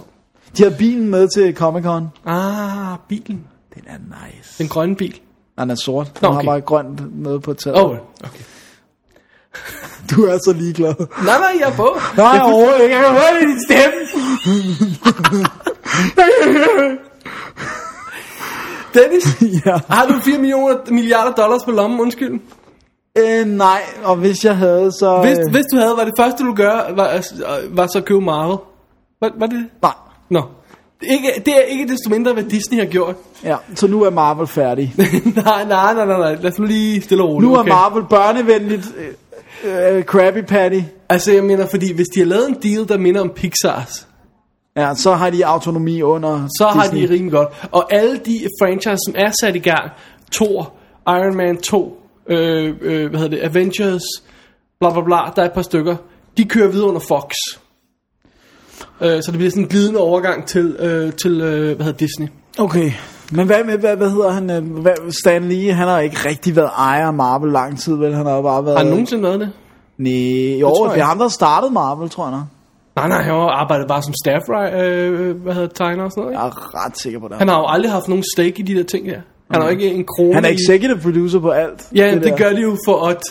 B: De havde bilen med til Comic-Con.
D: Ah, bilen.
B: Den er nice.
D: Den grønne bil.
B: Han er sort. Han
D: Nå,
B: okay. har
D: okay.
B: bare grønt nede på taget.
D: Åh, oh, okay.
B: Du er så ligeglad.
D: Nej, nej, jeg er på.
B: Nej, overhovedet ikke. Jeg kan høre det i din stemme.
D: Dennis,
B: ja.
D: har du 4 millioner, milliarder dollars på lommen, undskyld?
B: Øh, nej, og hvis jeg havde, så...
D: Hvis,
B: øh,
D: hvis du havde, var det første, du gør, var, var så at købe Marvel? Var, var det?
B: Nej.
D: Nå. Det er, ikke, det er ikke desto mindre, hvad Disney har gjort.
B: Ja, så nu er Marvel færdig.
D: nej, nej, nej, nej, nej. Lad os nu lige stille og roligt.
B: Nu er Marvel børnevenligt. Øh, øh, Krabby Patty.
D: Altså, jeg mener, fordi hvis de har lavet en deal, der minder om Pixar's,
B: Ja, så har de autonomi under
D: så har de
B: Disney.
D: rimelig godt. Og alle de franchises, som er sat i gang, Thor, Iron Man 2, øh, øh, hvad hedder det, Avengers, bla bla bla, der er et par stykker, de kører videre under Fox. Øh, så det bliver sådan en glidende overgang til, øh, til øh, hvad hedder Disney.
B: Okay. Men hvad, med, hvad, hvad hedder han? øh, Hvad, Stan Lee, han har ikke rigtig været ejer af Marvel lang tid, vel? Han har bare været...
D: Har han nogensinde været det?
B: Nej, jo,
D: tror
B: det,
D: jeg
B: er
D: ikke.
B: ham, der startede Marvel, tror jeg nok.
D: Nej, nej, han arbejdede bare som staff, right? øh, hvad hedder det, tegner og sådan noget. Ikke?
B: Jeg er ret sikker på det.
D: Han har jo aldrig haft nogen stake i de der ting der. Han har jo ikke en krone
B: Mm. Han er
D: i-
B: executive producer på alt.
D: Ja, det,
B: der
D: det gør de jo for at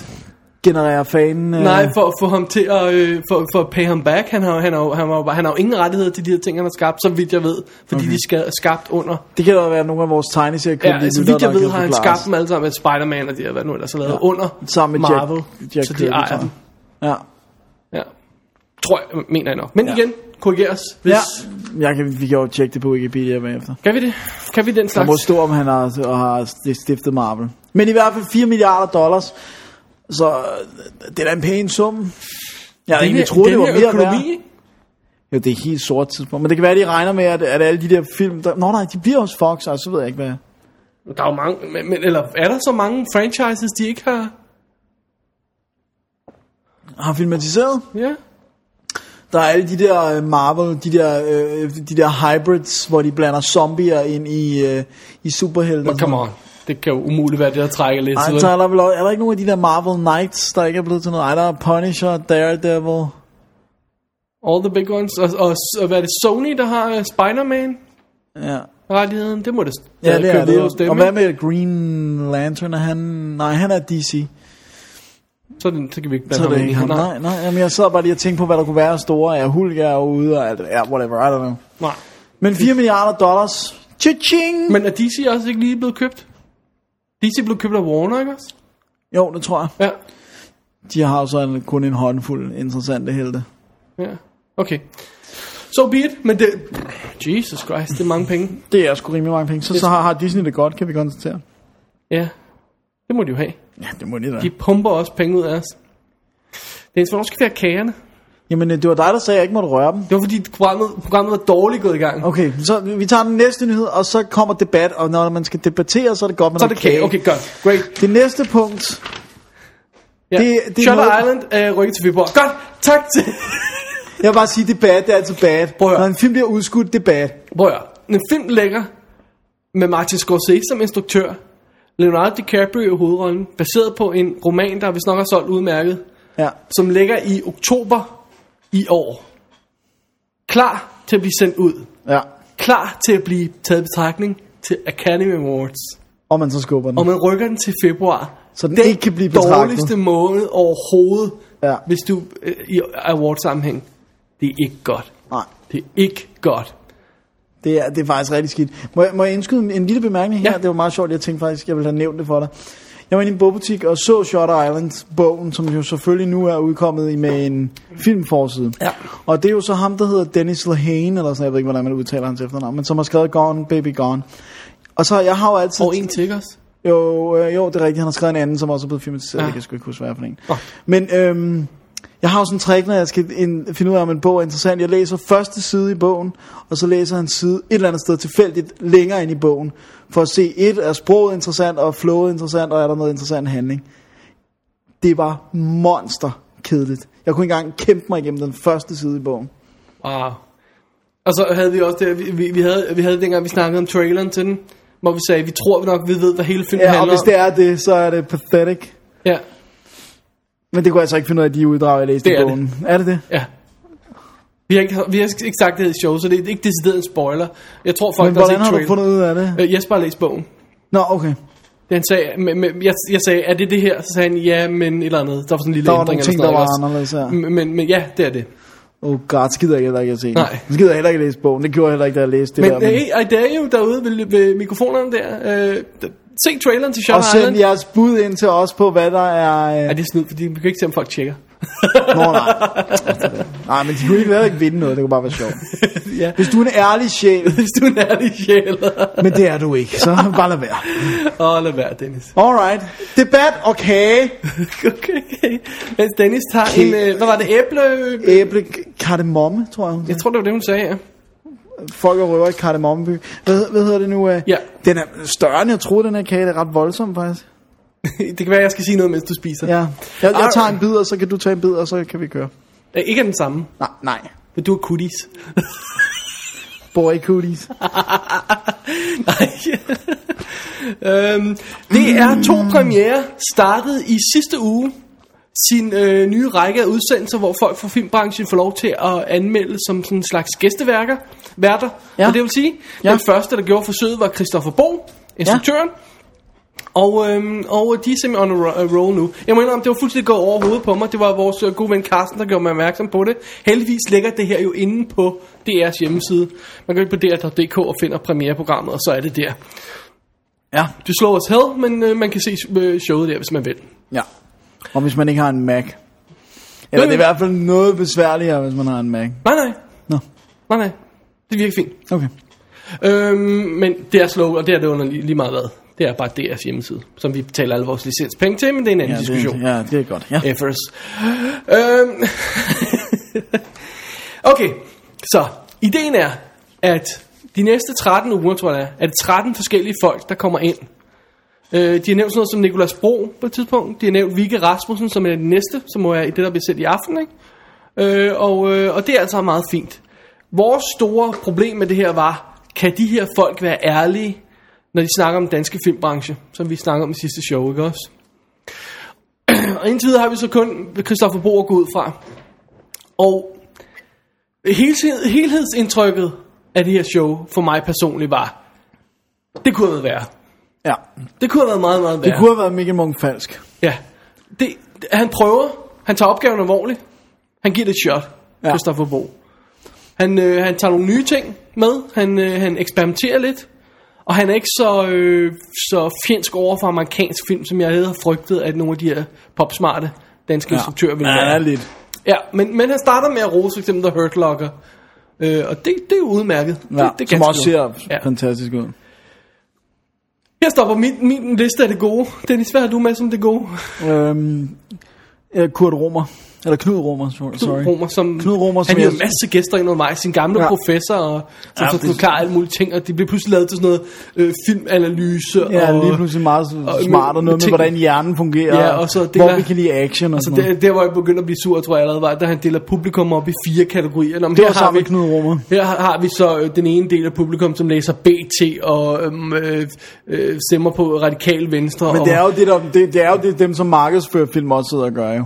B: Genererer fanen. øh,
D: Nej, for at få ham til at øh, for, for at pay ham back. Han har, jo- han, har, jo- han, har, jo- han har jo ingen rettigheder til de her ting, han har skabt, så vidt jeg ved. Fordi
B: Mhm.
D: okay. de skal, er skabt under...
B: Det kan da være nogle af vores tegneserier.
D: Ja, altså, vidt jeg ved, har han skabt dem alle sammen med Spider-Man og de her, hvad nu ellers har lavet, ja. under
B: Sammen med Jack-
D: Marvel.
B: Jack
D: så de
B: Kirby, tror
D: ejer
B: jeg.
D: dem.
B: Ja.
D: Ja. Tror jeg, mener jeg nok. Men
B: Ja.
D: ja. igen, korrigeres. Hvis,
B: ja.
D: ja.
B: Jeg kan, vi kan jo tjekke det på Wikipedia bagefter.
D: Kan vi det? Kan vi den
B: Der
D: slags?
B: må stå, om han har, og har stiftet Marvel. Men i hvert fald 4 milliarder dollars. Så øh, det er da en pæn sum. Jeg havde
D: Den her-
B: egentlig troet, det
D: den
B: var
D: her
B: mere
D: økonomi,
B: værd.
D: ikke?
B: Jo, det er helt sort tidspunkt. Men det kan være, at de regner med, at, at alle de der film... Der... Nå nej, de bliver hos Fox, og så ved jeg ikke, hvad...
D: Der er jo mange, men, men, eller er der så mange franchises, de ikke har?
B: Har filmatiseret?
D: Ja.
B: Der er alle de der øh, Marvel, de der, øh, de der hybrids, hvor de blander zombier ind i, øh, i superhelte.
D: Men come on. Det kan jo umuligt være det, der trækker lidt.
B: Ej,
D: så-
B: så er, der vel, også- er der ikke nogen af de der Marvel Knights, der ikke er blevet til noget? Ej, der er Punisher, Daredevil.
D: All the big ones. Og, og, og hvad er det, Sony, der har øh, Spider-Man?
B: Ja,
D: rettigheden, det øh, må det
B: ja det er det
D: hos
B: jo.
D: dem,
B: Og hvad
D: ikke?
B: med Green Lantern? Er han... Nej, han er DC.
D: så, er det, så kan vi ikke
B: Så
D: blande
B: er
D: ham
B: det
D: ind i
B: ikke ham.
D: Nej.
B: Nej, nej. Jamen, jeg sad bare lige og tænkte på, hvad der kunne være af store. Ja, Hulk er ude og alt det. Ja, whatever, I don't know.
D: Nej.
B: Men 4 milliarder dollars. Cha-ching!
D: Men er DC også ikke lige blevet købt? DC blev købt af Warner, ikke også?
B: Jo, det tror jeg.
D: Ja.
B: De har jo så en, kun en håndfuld interessante helte.
D: ja. Okay. So be it, men det... Jesus Christ, det er mange penge.
B: Det er sgu rimelig mange penge. Så, så har, har Disney det godt, kan vi konstatere.
D: Ja. Det må de jo have.
B: Ja, det må de da.
D: De pumper også penge ud af os. Det eneste, hvornår skal vi have kagerne?
B: Jamen, øh, det var dig, der sagde, at jeg ikke måtte røre dem.
D: Det var fordi programmet, programmet var dårligt gået i gang. Okay.
B: Okay, så vi tager den næste nyhed, og så kommer debat, og når man skal debattere, så er det godt, man
D: Så er det kage. Okay, godt. Great.
B: Det næste punkt,
D: Ja.
B: Det- det er
D: Shutter
B: noget-
D: Island øh, rykker til Viborg. Godt. Tak til...
B: jeg vil bare sige, debat det er altid bad.
D: Prøv at høre.
B: Når en film bliver udskudt, debat.
D: Prøv at høre. En film ligger med Martin Scorsese som instruktør, Leonardo DiCaprio i hovedrollen, baseret på en roman, der vist nok har solgt udmærket,
B: Ja.
D: som ligger i oktober i år. Klar til at blive sendt ud.
B: ja.
D: Klar til at blive taget i betragtning til Academy Awards.
B: Og man så skubber den.
D: Og man rykker den til februar.
B: Så den ikke kan blive betragtet.
D: dårligste måned overhovedet,
B: Ja.
D: hvis du øh, i award-sammenhæng. Det er ikke godt.
B: Nej,
D: Det er ikke godt.
B: det er, det er faktisk rigtig skidt. Må jeg, må jeg indskyde en, en lille bemærkning her?
D: Ja.
B: Det var meget sjovt, jeg tænkte faktisk, jeg ville have nævnt det for dig. Jeg var inde i en bogbutik og så Shutter Island-bogen, som jo selvfølgelig nu er udkommet i- med en filmforside.
D: Ja.
B: Og det er jo så ham, der hedder Dennis Lehane, eller sådan, jeg ved ikke, hvordan man udtaler hans efternavn, men som har skrevet Gone, Baby Gone. Og så, jeg har jo altid...
D: Og en til ikke også?
B: Jo, øh, jo, det er rigtigt. Han har skrevet en anden, som også er blevet filmatiseret.
D: Ja.
B: Ja. Det kan jeg sgu ikke huske, hvad er for en.
D: Nå.
B: Men øhm, jeg har jo sådan en trick, når jeg skal ind, finde ud af, om en bog er interessant. Jeg læser første side i bogen, og så læser han side et eller andet sted tilfældigt længere ind i bogen, for at se, et, er sproget interessant, og flowet interessant, og er der noget interessant handling. Det var monster kedeligt. Jeg kunne ikke engang kæmpe mig igennem den første side i bogen.
D: Wow. Og så havde vi også det, vi, vi, vi, havde, vi havde dengang, vi snakkede om traileren til den, hvor vi sagde, vi tror nok, vi ved, hvad hele filmen
B: Ja, og
D: handler
B: hvis
D: om.
B: det er det, så er det pathetic.
D: Ja,
B: Men det kunne jeg altså ikke finde ud af, de uddrag, jeg læste
D: Det
B: i
D: er
B: bogen. Det. Er det det?
D: ja. Vi har, ikke, vi har ikke sagt det i show, så det er ikke decideret en spoiler. Jeg tror folk,
B: Men
D: der
B: hvordan har
D: set
B: du fundet ud af det?
D: Øh, Jesper har læst bogen.
B: Nå, okay.
D: Det han sagde, men, men, jeg, jeg sagde, er det det her? Så sagde han, ja, men et eller andet. Der var sådan en lille
B: Der var
D: ændring
B: nogle ting,
D: eller
B: der var
D: sådan noget,
B: anderledes
D: ikke
B: her.
D: også? Men, men, men ja, det er det.
B: Oh god, skider jeg heller ikke at se den.
D: Nej.
B: Jeg Skider heller ikke at læse bogen. Det gjorde jeg heller ikke, da jeg læste det
D: Men
B: der.
D: hey, og det er jo derude ved, ved mikrofonerne der. Øh, se traileren til
B: og
D: Shutter Island.
B: send jeres bud ind til os på, hvad der er...
D: Er
B: Øh...
D: det snyd, fordi vi kan ikke se, om folk tjekker.
B: Nå, nej. Nej, men de kunne ikke heller ikke vinde noget, det kunne bare være sjovt.
D: ja.
B: Hvis du er en ærlig sjæl,
D: Hvis du er en ærlig sjæl.
B: men det er du ikke, så bare lad være.
D: Åh, oh, lad være, Dennis.
B: Alright. Debat og kage.
D: Okay, okay. Mens Dennis tager
B: Okay.
D: en... Øh, hvad var det? Æble?
B: Æble, kardemomme, tror jeg. hun
D: Jeg tror, det var det, hun sagde. ja.
B: Folk og røver i kardemommeby. Hvad, hvad hedder det nu? øh?
D: Ja.
B: Den er større end jeg troede, den her kage. Det er ret voldsom, faktisk.
D: det kan være, jeg skal sige noget, mens du spiser.
B: Ja. Jeg, jeg
D: Alright.
B: tager en bid, og så kan du tage en bid, og så kan vi køre.
D: Øh, ikke af den samme,
B: Nej, nej.
D: men du er cooties.
B: Boy cooties.
D: Nej. øhm, det er to premiere startede i sidste uge sin øh, nye række af udsendelser, hvor folk fra filmbranchen får lov til at anmelde som sådan en slags gæsteværker, værter.
B: Ja.
D: Ja. Og det vil sige,
B: Ja.
D: ja. den første, der gjorde forsøget, var Christoffer Bo, instruktøren. Ja. Og, øhm, og de er simpelthen on a ro- a roll nu. Jeg må indrømme, det var fuldstændig gået over hovedet på mig. Det var vores øh, gode ven Carsten, der gjorde mig opmærksom på det. Heldigvis ligger det her jo inde på DR's hjemmeside. Man går ind på dr.dk og finder premiereprogrammet, og så er det der.
B: Ja.
D: Det slår os had, men øh, man kan se øh, showet der, hvis man vil.
B: Ja. Og hvis man ikke har en Mac. Eller det er i hvert fald noget besværligere, hvis man har en Mac.
D: Nej, nej.
B: Nå,
D: Nej, nej. Det virker fint.
B: okay.
D: Øhm, men det er slow, og det er det under lige, lige meget hvad. Det er bare DR's hjemmeside, som vi betaler alle vores licenspenge til, men det er en anden
B: Ja,
D: ja, diskussion.
B: Det, ja, det er godt. Ja.
D: Effers. Øhm. okay, så ideen er, at de næste 13 uger, tror jeg, det er, er det 13 forskellige folk, der kommer ind. Øh, de har nævnt sådan noget som Nikolas Bro på et tidspunkt. De har nævnt Vikke Rasmussen, som er den næste, som må være i det, der bliver sendt i aften. Ikke? Øh, og, øh, og det er altså meget fint. Vores store problem med det her var, kan de her folk være ærlige, når de snakker om den danske filmbranche, som vi snakker om i sidste show, ikke også? og indtil videre har vi så kun Christoffer Bo at gå ud fra. Og helhed, helhedsindtrykket af det her show for mig personligt var, det kunne have været værre.
B: ja.
D: Det kunne have været meget, meget værre.
B: Det kunne have været Mikkel Munk falsk.
D: Ja. Det, det- han prøver. Han tager opgaven alvorligt. Han giver det et shot.
B: Ja.
D: Ja. Christoffer Bo. Han, øh, han tager nogle nye ting med. Han, øh, han eksperimenterer lidt. Og han er ikke så, øh, så fjendsk over for amerikansk film, som jeg allerede har frygtet, at nogle af de her popsmarte danske ja. instruktører vil
B: ja,
D: være.
B: han er lidt.
D: Ja, men, men han starter med at rose for eksempel The Hurt Locker. Øh, og det, det er jo udmærket.
B: Ja,
D: det, det er
B: som
D: ganske
B: også
D: godt.
B: ser ja. fantastisk ud.
D: Her stopper min, min liste af det gode. Dennis, hvad har du med som det gode?
B: Øhm, øh, Kurt Romer. Eller Knud Romer, sorry.
D: Knud Romer, som,
B: Knud Romer, som
D: han havde
B: jeg-
D: en masse gæster ind under mig, sin gamle
B: Ja.
D: ja. professor, og, som
B: Ja,
D: ja, så
B: det-
D: forklarer alle mulige ting, og det blev pludselig lavet til sådan noget øh, filmanalyse,
B: Ja,
D: og,
B: lige pludselig meget
D: og-
B: smart
D: med-
B: og noget med,
D: ting-
B: hvordan hjernen fungerer,
D: Ja, og så
B: hvor
D: deler-
B: vi kan lide action og
D: så
B: sådan noget.
D: der, der, hvor jeg begyndte at blive sur, tror jeg allerede var, da han deler publikum op i fire kategorier. Nå, men
B: Det
D: her
B: var
D: har
B: sammen med
D: vi-
B: Knud Romer.
D: Her har har vi så øh, den ene del af publikum, som læser BT og øhm, øh, øh, stemmer på radikal venstre.
B: Men
D: og,
B: det er jo det, der, det, det er jo det, dem, som markedsfører film også sidder og gør jo.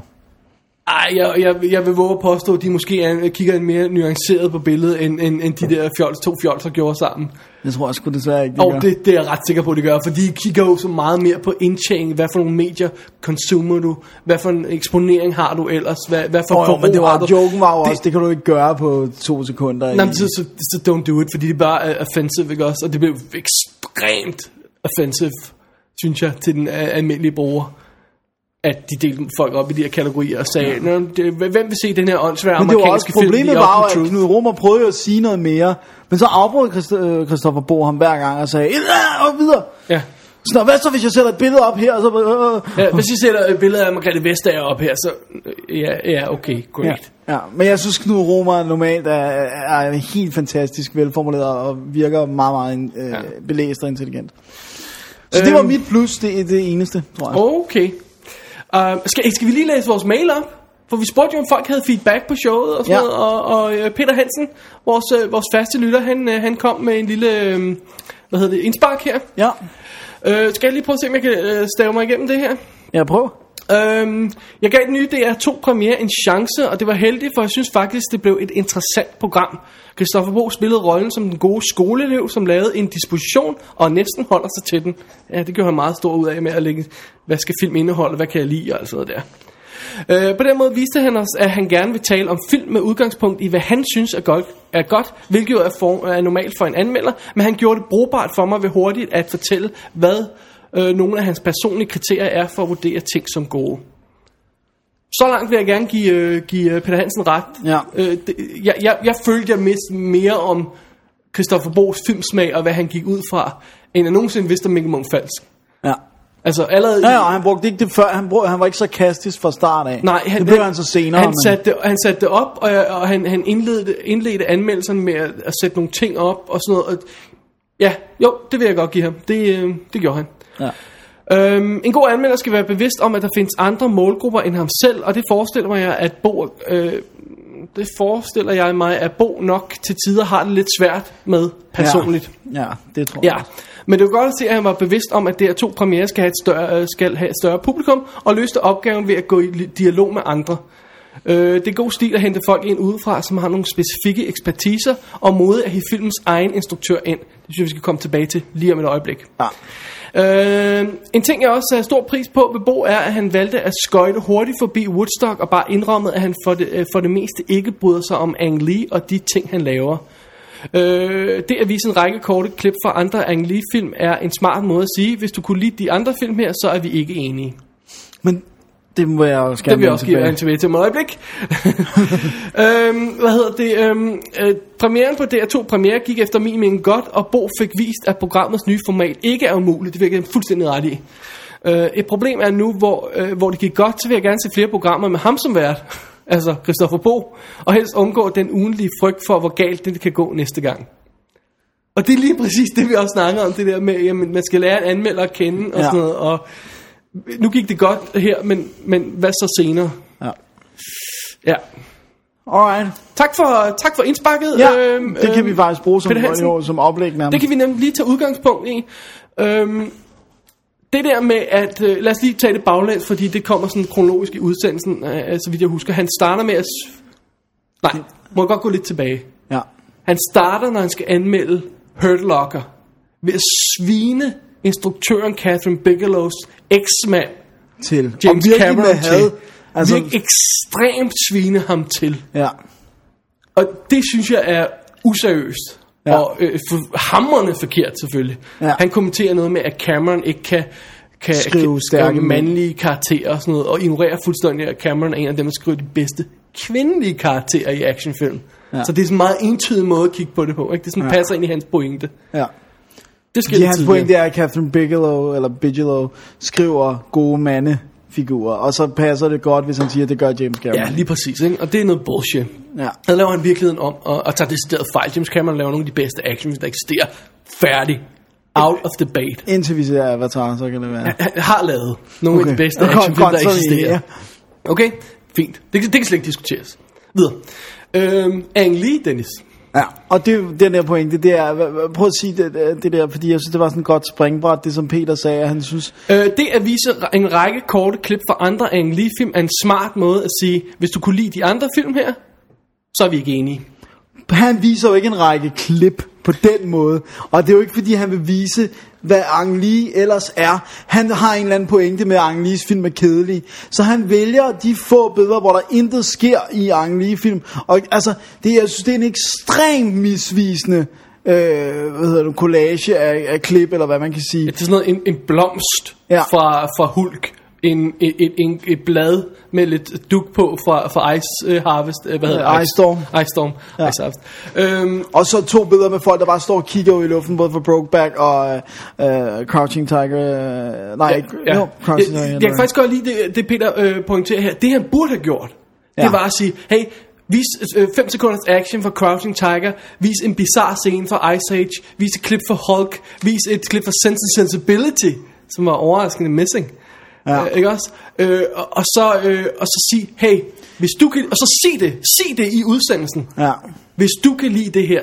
D: Ej, jeg, jeg, jeg vil våge at påstå, at de måske er, kigger mere nuanceret på billedet, end, end, end de der fjols, to fjolser gjorde sammen.
B: Jeg tror sgu desværre ikke, de
D: Og
B: gør.
D: det, det er jeg ret sikker på, at det gør, for de kigger jo så meget mere på indtjening. Hvad for nogle medier consumer du? Hvad for en eksponering har du ellers? Hvad, hvad for
B: Åh, jo,
D: forbrug
B: men det
D: har
B: var,
D: du?
B: joken var jo også, det kan du ikke gøre på to sekunder.
D: Nej,
B: i-
D: men så, så, så don't do it, fordi det bare er offensive, ikke også? Og det blev ekstremt offensive, synes jeg, til den uh, almindelige bruger. At de delte folk op i de her kategorier og sagde, ja. det, hvem vil se den her åndsvære
B: men det var
D: amerikanske
B: også,
D: film?
B: problemet
D: lige
B: var
D: Up
B: jo,
D: the
B: at
D: Truth?"
B: Knud Romer prøvede jo at sige noget mere, men så afbrød Christ- øh, Christoffer Bo ham hver gang og sagde, "Ja, og videre.
D: Ja.
B: Så hvad så, hvis jeg sætter et billede op her, og så... Øh,
D: ja. Hvis I sætter et billede af Margrethe Vestager op her, så... øh, Ja, ja okay, great.
B: Ja. ja, men jeg synes, Knud Romer normalt er, er helt fantastisk velformuleret og virker meget, meget øh, ja.
D: Ja.
B: belæst og intelligent. Så det var
D: Øhm.
B: mit plus, det er det eneste, tror jeg.
D: Okay. Uh, skal, skal vi lige læse vores mail op? For vi spurgte jo, om folk havde feedback på showet og sådan
B: Ja.
D: ja. noget, og, og øh, Peter Hansen, vores, øh, vores faste lytter, han, øh, han kom med en lille, øh, hvad hedder det, indspark her.
B: Ja,
D: Øh, skal jeg lige prøve at se, om jeg kan øh, stave mig igennem det her?
B: jeg prøver.
D: Øhm, jeg gav den nye DR2 premiere en chance, og det var heldigt, for jeg synes faktisk, det blev et interessant program. Christoffer Bo spillede rollen som den gode skoleelev, som lavede en disposition og næsten holder sig til den. Ja, det gjorde han meget stor ud af med at lægge, hvad skal film indeholde, hvad kan jeg lide og alt sådan noget der. Øh, på den måde viste han os, at han gerne vil tale om film med udgangspunkt i, hvad han synes er godt, er godt hvilket jo er, for, er normalt for en anmelder, men han gjorde det brugbart for mig ved hurtigt at fortælle, hvad øh, nogle af hans personlige kriterier er for at vurdere ting som gode. Så langt vil jeg gerne give, øh, give øh, Peter Hansen ret.
B: Ja.
D: Øh, det, jeg, jeg, jeg følte, jeg vidste mere om Christoffer Bo's filmsmag og hvad han gik ud fra, end jeg nogensinde vidste om Mikkel Munch Falsk.
B: Ja.
D: Altså allerede...
B: Ja, og han brugte ikke det før. Han, brugte, han var ikke sarkastisk fra start af.
D: Nej, han,
B: det blev han så senere.
D: Han
B: men-
D: satte det, han satte det op, og, og han, han indledte, indledte anmeldelserne med at, at sætte nogle ting op og sådan noget. Og, ja, jo, det vil jeg godt give ham. Det, øh, det gjorde han.
B: Ja.
D: Øhm, en god anmelder skal være bevidst om, at der findes andre målgrupper end ham selv, og det forestiller mig, at Bo, øh, det forestiller jeg mig, at Bo nok til tider har det lidt svært med personligt.
B: Ja, ja det tror jeg.
D: Ja, men det var godt at se, at han var bevidst om, at DR2 Premiere skal have et større, øh, skal have et større publikum, og løste opgaven ved at gå i li- dialog med andre. Øh, det er god stil at hente folk ind udefra, som har nogle specifikke ekspertiser, og måde at hive filmens egen instruktør ind. Det synes jeg, vi skal komme tilbage til lige om et øjeblik.
B: Ja.
D: Øh, en ting, jeg også har stor pris på ved Bo, er, at han valgte at skøjte hurtigt forbi Woodstock og bare indrømmede, at han for det, øh, for det meste ikke bryder sig om Ang Lee og de ting, han laver. Øh, det at vise en række korte klip fra andre Ang Lee-film er en smart måde at sige, hvis du kunne lide de andre film her, så er vi ikke enige.
B: Men det må jeg også gerne
D: Det vil jeg også give
B: vende
D: en tilbage
B: tilbage.
D: til om et øjeblik. øhm, hvad hedder det? Øhm, øh, premieren på DR2 Premiere gik efter min mening godt, og Bo fik vist, at programmets nye format ikke er umuligt. Det virker jeg fuldstændig ret i. Øh, et problem er nu, hvor, øh, hvor det gik godt, så vil jeg gerne se flere programmer med ham som vært. altså Christoffer Bo. Og helst undgå den ugenlige frygt for, hvor galt det kan gå næste gang. Og det er lige præcis det, vi også snakker om, det der med, jamen, man skal lære en anmelder at kende og
B: Ja.
D: ja. sådan noget. Og nu gik det godt her, men, men hvad så senere?
B: Ja.
D: Ja.
B: Alright.
D: Tak for, tak for indsparket.
B: Ja, øhm, det kan vi faktisk bruge som,
D: Peter Hansen.
B: jo, som oplæg nærmest.
D: Det kan vi nemlig lige tage udgangspunkt i. Øhm, det der med at, øh, lad os lige tage det baglæns, fordi det kommer sådan kronologisk i udsendelsen, øh, så vidt jeg husker. Han starter med at... s- Nej, må jeg godt gå lidt tilbage.
B: Ja.
D: Han starter, når han skal anmelde Hurt Locker, ved at svine instruktøren Catherine Bigelows eksmand,
B: Til.
D: James
B: og virkelig
D: Cameron,
B: med had.
D: til. Altså,
B: Altså,
D: virkelig ekstremt svine ham til.
B: ja.
D: Og det synes jeg er useriøst.
B: Ja.
D: Ja. Og øh, for, hammerne forkert selvfølgelig.
B: Ja.
D: Ja. Han kommenterer noget med, at Cameron ikke kan, kan
B: Skrive
D: kan-
B: stærke mænd.
D: mandlige karakterer og sådan noget, og ignorerer fuldstændig, at Cameron er en af dem, der skriver de bedste kvindelige karakterer i actionfilm.
B: Ja.
D: Ja. Så det er sådan en meget entydig måde at kigge på det på. Ikke? Det sådan
B: Ja.
D: ja. passer ind i hans pointe.
B: ja.
D: Det skal
B: De,
D: lidt
B: hans
D: tidligere.
B: pointe er, at Catherine Bigelow, eller Bigelow skriver gode mandefigurer, og så passer det godt, hvis han siger, at det gør James Cameron.
D: Ja, lige præcis. Ikke? Og det er noget bullshit.
B: Ja.
D: Der laver han virkeligheden om og, og tager decideret fejl. James Cameron laver nogle af de bedste actions, der eksisterer. Færdig. Out of debate.
B: Indtil vi ser Avatar, så kan det være.
D: Han har lavet nogle okay. af de bedste
B: Godt,
D: actionfilm,
B: godt,
D: der
B: så er vi enige,
D: eksisterer. Okay, fint. Det, kan- det kan slet ikke diskuteres. Videre. Øhm, Ang Lee, Dennis.
B: Ja. Og det, den der pointe, det er, hva- hva- prøv at sige det, det der, fordi jeg synes, det var sådan et godt springbræt, det som Peter sagde, at han synes,
D: Øh, det at vise en række korte klip fra andre Ang Lee-film er en smart måde at sige, hvis du kunne lide de andre film her, så er vi ikke enige.
B: han viser jo ikke en række klip på den måde, og det er jo ikke fordi han vil vise, hvad Ang Lee ellers er. Han har en eller anden pointe med, at Ang Lees film er kedelig, så han vælger de få billeder, hvor der intet sker i Ang Lee film, og altså, det, jeg synes, det er en ekstremt misvisende øh, hvad hedder det, collage af, af klip, eller hvad man kan sige.
D: Det er sådan noget, en, en blomst
B: Ja.
D: ja. fra, fra Hulk. En, et, et, en, et blad med lidt duk på fra, fra Ice øh, Harvest. Øh, hvad hedder det?
B: Øh, Ice Storm.
D: Ice Storm. Ja. Ice Harvest. Øhm,
B: Og så to billeder med folk, der bare står og kigger ud i luften, både for Brokeback og øh, Crouching Tiger. Øh, nej, ja, ikke, ja.
D: Ja.
B: Jo, Crouching Tiger.
D: jeg, jeg
B: eller-
D: kan faktisk godt lide det, det Peter øh, pointerer her. Det han burde have gjort, ja.
B: Ja.
D: det var at sige, hey, vis 5 fem sekunders action fra Crouching Tiger, vis en bizarre scene fra Ice Age, vis et klip fra Hulk, vis et klip fra Sense and Sensibility, som var overraskende missing.
B: Ja.
D: Ja. Øh, ikke også? Øh, og, og, så, øh, og så sige, hey, hvis du kan, og så sig det, sig det i udsendelsen.
B: Ja.
D: Hvis du kan lide det her,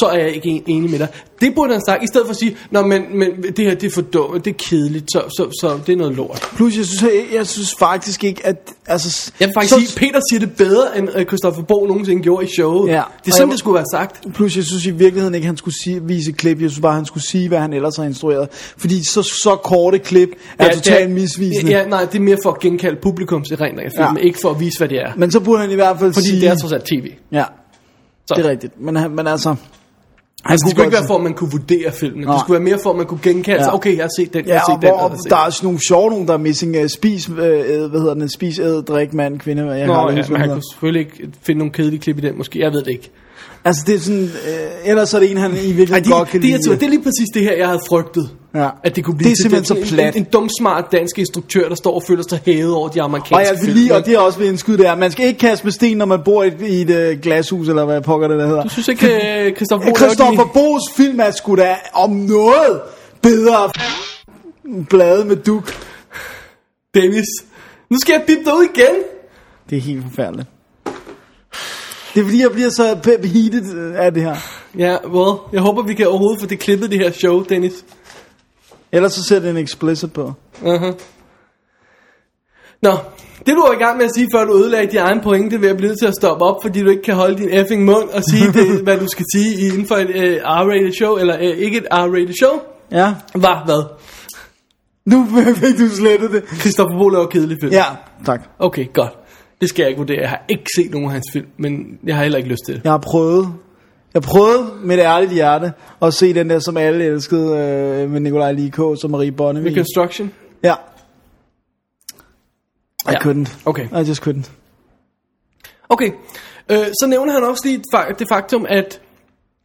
D: så er jeg ikke en- enig med dig. Det burde han snakke, i stedet for at sige, Nå, men, men det her det er for dumt, det er kedeligt, så, så, så det er noget lort.
B: Plus, jeg synes, jeg, jeg synes faktisk ikke, at... Altså,
D: Jeg vil faktisk
B: så,
D: så... sige, Peter siger det bedre, end øh, Christoffer Bo nogensinde gjorde i showet.
B: Ja.
D: Det er
B: Og jeg-
D: sådan, det skulle være sagt.
B: Plus, jeg synes i virkeligheden ikke, han skulle sige, vise klip. Jeg synes bare, han skulle sige, hvad han ellers har instrueret. Fordi så, så korte klip er ja,
D: det
B: totalt misvisende.
D: Ja, ja, nej, det er mere for at genkalde publikums erindring af filmen,
B: Ja.
D: ja. ikke for at vise, hvad det er.
B: Men så burde han i hvert fald
D: Fordi
B: sige...
D: det er trods alt tv.
B: Ja,
D: Så.
B: det er rigtigt. Men, han- men altså... Han
D: Det skulle ikke være for, at man kunne vurdere filmen. Det
B: Nej.
D: skulle være mere for, at man kunne genkende sig.
B: Ja.
D: Okay, jeg har set den, jeg
B: Ja,
D: har
B: og
D: set den, og jeg har
B: hvor
D: set
B: der er sådan nogle sjove nogen, der er missing uh, spis, uh, hvad hedder den, spis, æd, drik, mand, kvinde, jeg
D: Nå,
B: har
D: ja,
B: det,
D: men han kunne selvfølgelig ikke finde nogle kedelige klip i den, måske. Jeg ved det ikke.
B: Altså det er sådan, øh, ellers er det en, han i virkeligheden
D: Ej, de,
B: godt kan
D: det, jeg
B: lide.
D: tror, det er lige præcis det her, jeg havde frygtet.
B: Ja.
D: At det kunne blive
B: Det er
D: til
B: simpelthen
D: den-
B: så plat.
D: En, en, en dumsmart dansk instruktør, der står og føler sig hævet over de amerikanske
B: og jeg vil
D: film,
B: lige, og
D: ikke?
B: det er også ved en skud der, man skal ikke kaste med sten, når man bor i et, i et øh, glashus, eller hvad pokker det der hedder.
D: Du synes ikke, øh, Christoffer Boe
B: Christoffer
D: laver
B: Boes film er sgu da om noget bedre blade med duk.
D: din- Dennis? Nu skal jeg bippe dig ud igen!
B: Det er helt forfærdeligt. Det er fordi, jeg bliver så pe- heated øh, af det her.
D: Ja, well, jeg håber, vi kan overhovedet få det klippet, det her show, Dennis.
B: Ellers så sætter jeg en explicit på.
D: Uh-huh. Nå, det du var i gang med at sige, før du ødelagde din egen pointe ved at blive nødt til at stoppe op, fordi du ikke kan holde din effing mund og sige, det, hvad du skal sige i- inden for et øh, R-rated show, eller øh, ikke et R-rated show,
B: Ja,
D: var hvad?
B: nu fik du slettet det.
D: Christoffer Boe laver kedelig film.
B: Ja, tak.
D: Okay, godt. Det skal jeg ikke vurdere. Jeg har ikke set nogen af hans film, men jeg har heller ikke lyst til det.
B: Jeg har prøvet. Jeg prøvede med et ærligt hjerte at se den der, som alle elskede, øh, med Nikolaj Likås og Marie Bonnevie.
D: Reconstruction?
B: Ja. I
D: Ja.
B: couldn't.
D: Okay.
B: I just couldn't.
D: Okay. Øh, så nævner han også lige et fa- det faktum, at,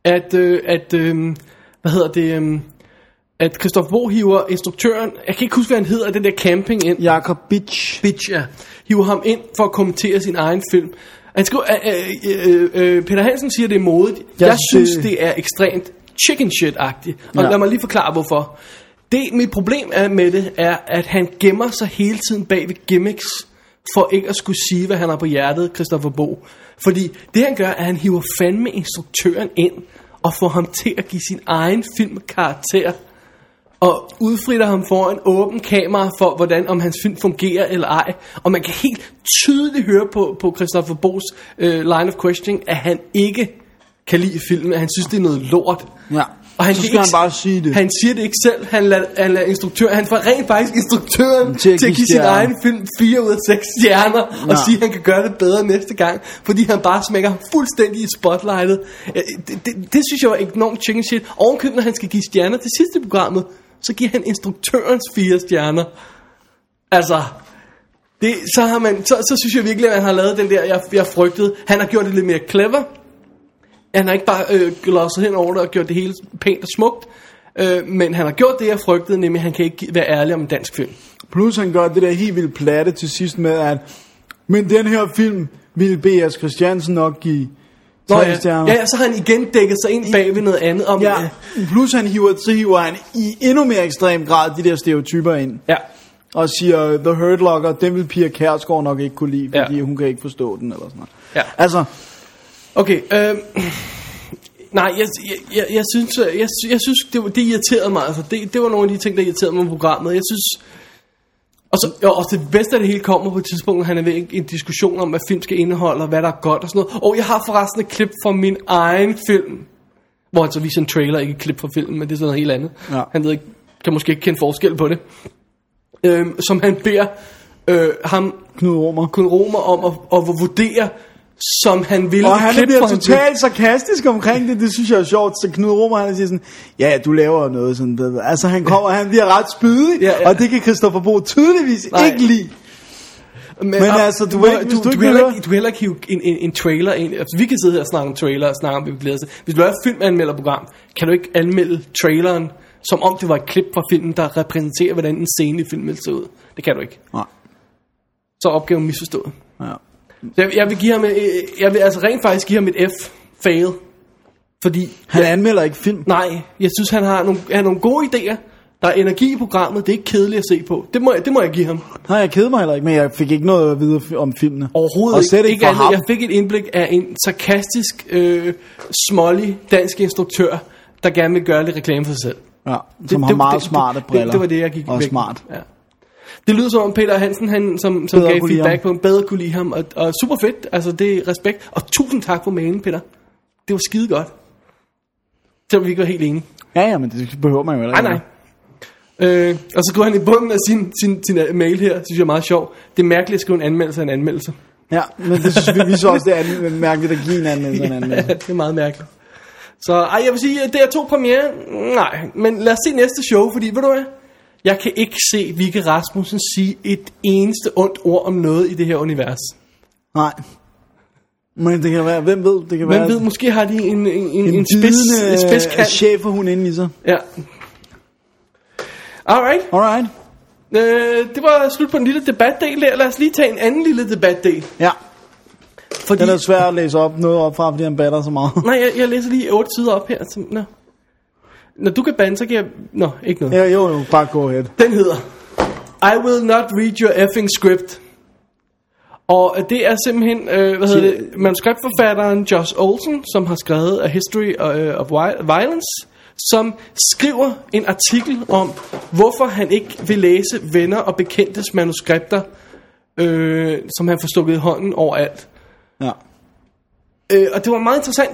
D: at, øh, at øh, hvad hedder det, øh, at Christoffer Bo hiver instruktøren, jeg kan ikke huske, hvad han hedder, den der camping ind.
B: Jakob Bitch.
D: Bitch, ja. Hiver ham ind for at kommentere sin egen film. Han skriver, øh, øh, øh, Peter Hansen siger, det er modigt. Jeg, jeg
B: det-
D: synes, det er ekstremt chicken shit-agtigt. Og ja.
B: Ja.
D: lad mig lige forklare, hvorfor. Det, mit problem er med det, er, at han gemmer sig hele tiden bag ved gimmicks, for ikke at skulle sige, hvad han har på hjertet, Christoffer Bo. Fordi det, han gør, er, at han hiver fandme instruktøren ind, og får ham til at give sin egen film karakter og udfritter ham foran åben kamera for, hvordan om hans film fungerer eller ej. Og man kan helt tydeligt høre på, på Christopher Bo's øh, line of questioning, at han ikke kan lide filmen, at han synes, det er noget lort.
B: Ja.
D: Og han
B: Så
D: vil ikke-
B: skal han bare sige det.
D: Han siger det ikke selv. Han lader, han lader instruktør, han får rent faktisk instruktøren til at, til at give sin
B: stjerner.
D: egen film 4 ud af 6 stjerner, og
B: Ja.
D: sige, at han kan gøre det bedre næste gang, fordi han bare smækker ham fuldstændig i spotlightet. Øh, Det, det, det synes jeg var enormt chicken shit. Ovenkøbet, når han skal give stjerner til sidste programmet, så giver han instruktørens fire stjerner. Altså, det, så, har man, så, så synes jeg virkelig, at han har lavet den der, jeg, jeg frygtede. Han har gjort det lidt mere clever. Han har ikke bare øh, glosset hen over det og gjort det hele pænt og smukt. Øh, men han har gjort det, jeg frygtede, nemlig at han kan ikke gi- være ærlig om en dansk film.
B: Plus han gør det der helt vildt platte til sidst med, at men den her film ville B.S. Christiansen nok give
D: Nå,
B: tre
D: ja.
B: stjerner.
D: ja, så har han igen dækket sig ind bag ved noget andet. Om, øh,
B: ja. Plus han hiver, så hiver han i endnu mere ekstrem grad de der stereotyper ind.
D: ja.
B: Og siger, The Hurt Locker, den vil Pia Kærsgaard nok ikke kunne lide,
D: Ja.
B: fordi hun kan ikke forstå den, eller sådan noget.
D: Ja.
B: Altså,
D: Okay, øh, nej, jeg, jeg, jeg, jeg synes, øh, jeg, jeg synes det, var- det irriterede mig. Altså, det, det var nogle af de ting, der irriterede mig med programmet. Jeg synes... Og, så, og også det bedste af det hele kommer på et tidspunkt, hvor han er ved en, en diskussion om, hvad film skal indeholde, og hvad der er godt og sådan noget. Og jeg har forresten et klip fra min egen film, hvor han så viser en trailer, ikke et klip fra filmen, men det er sådan noget helt andet.
B: Ja.
D: Han ved ikke, kan måske ikke kende forskel på det. Øhm, som han beder øh, ham,
B: Knud Romer.
D: kun romer om at, at vurdere, som han ville.
B: Og han
D: Klip
B: bliver
D: fra hans film.
B: totalt sarkastisk omkring det, det synes jeg er sjovt. Så Knud Romer, han siger sådan, ja, ja, du laver jo noget sådan der. Altså, han kommer, han bliver ret spydig,
D: Ja, ja.
B: og det kan Christoffer Bo tydeligvis
D: Nej.
B: ikke lide.
D: Men,
B: Men
D: ah,
B: altså, du
D: du,
B: ved-
D: du,
B: hvis
D: du,
B: du
D: du,
B: ikke
D: kan heller
B: hører-
D: ikke, du kan heller ikke hive en, en, en trailer ind. Altså, vi kan sidde her og snakke om trailer og snakke om, hvad vi glæder os til. Hvis du laver et filmanmelderprogram, kan du ikke anmelde traileren, som om det var et klip fra filmen, der repræsenterer, hvordan en scene i filmen ville se ud. Det kan du ikke.
B: Nej.
D: Så er opgaven misforstået.
B: Ja.
D: Så Jeg, jeg vil give ham, øh, jeg vil altså rent faktisk give ham et F. Fail. Fordi
B: Han anmelder ikke film.
D: Nej, jeg synes, han har nogle, han har nogle gode idéer. Der er energi i programmet. Det er ikke kedeligt at se på. Det må jeg, det må jeg give ham.
B: Nej, jeg kedede mig heller ikke, men jeg fik ikke noget at vide f- om filmene. og slet ikke, fra
D: andet.
B: ham.
D: Jeg fik et indblik af en sarkastisk, øh, smålig dansk instruktør, der gerne vil gøre lidt reklame for sig selv.
B: Ja, som har meget smarte
D: det,
B: briller.
D: Det, det var det, jeg gik
B: og
D: væk.
B: smart.
D: Ja. Det lyder som om Peter Hansen, han, som, som
B: Bedre
D: gav
B: kunne lide
D: feedback
B: ham.
D: på ham, bedre kunne lide ham. Og, og super fedt, altså det er respekt. Og tusind tak for mailen, Peter. Det var skide godt. Selvom vi ikke var helt enige.
B: Ja, ja, men det behøver man jo heller
D: Nej, Ah,
B: ikke.
D: nej. Øh, og så skriver han i bunden af sin, sin, sin øh, mail her, synes jeg er meget sjov. Det er mærkeligt at skrive en anmeldelse af en anmeldelse.
B: Ja, men det synes vi, vi så også, det er an- mærkeligt at give en anmeldelse. Ja.
D: det er meget mærkeligt. Så ej, jeg vil sige, at det er to premiere. Nej, men lad os se næste show, fordi ved du hvad? Jeg kan ikke se Vicky Rasmussen sige et eneste ondt ord om noget i det her univers.
B: Nej. Men det kan være, hvem ved, det kan være...
D: Hvem ved, måske har de en, en, en, en,
B: en øh,
D: en spids, en
B: spidskant.
D: spidskant.
B: chef og hun inde i sig.
D: Ja. Alright,
B: Alright.
D: øh, det var slut på den lille debatdel der. Lad os lige tage en anden lille debatdel.
B: Ja,
D: Fordi...
B: den er svær at læse op noget op fra, fordi han batter så meget.
D: Nej, jeg, jeg læser lige otte sider op her. Så, nå. Når du kan bande, så kan jeg... Nå, ikke noget.
B: ja, jo, jo, bare go ahead.
D: Den hedder I will not read your effing script. Og øh, det er simpelthen, øh, hvad hedder det, manuskriptforfatteren Josh Olsen, som har skrevet A History øh, of Vi- Violence, som skriver en artikel om, hvorfor han ikke vil læse venner og bekendtes manuskripter, øh, som han får stukket i hånden overalt.
B: Ja.
D: Øh, og det var en meget interessant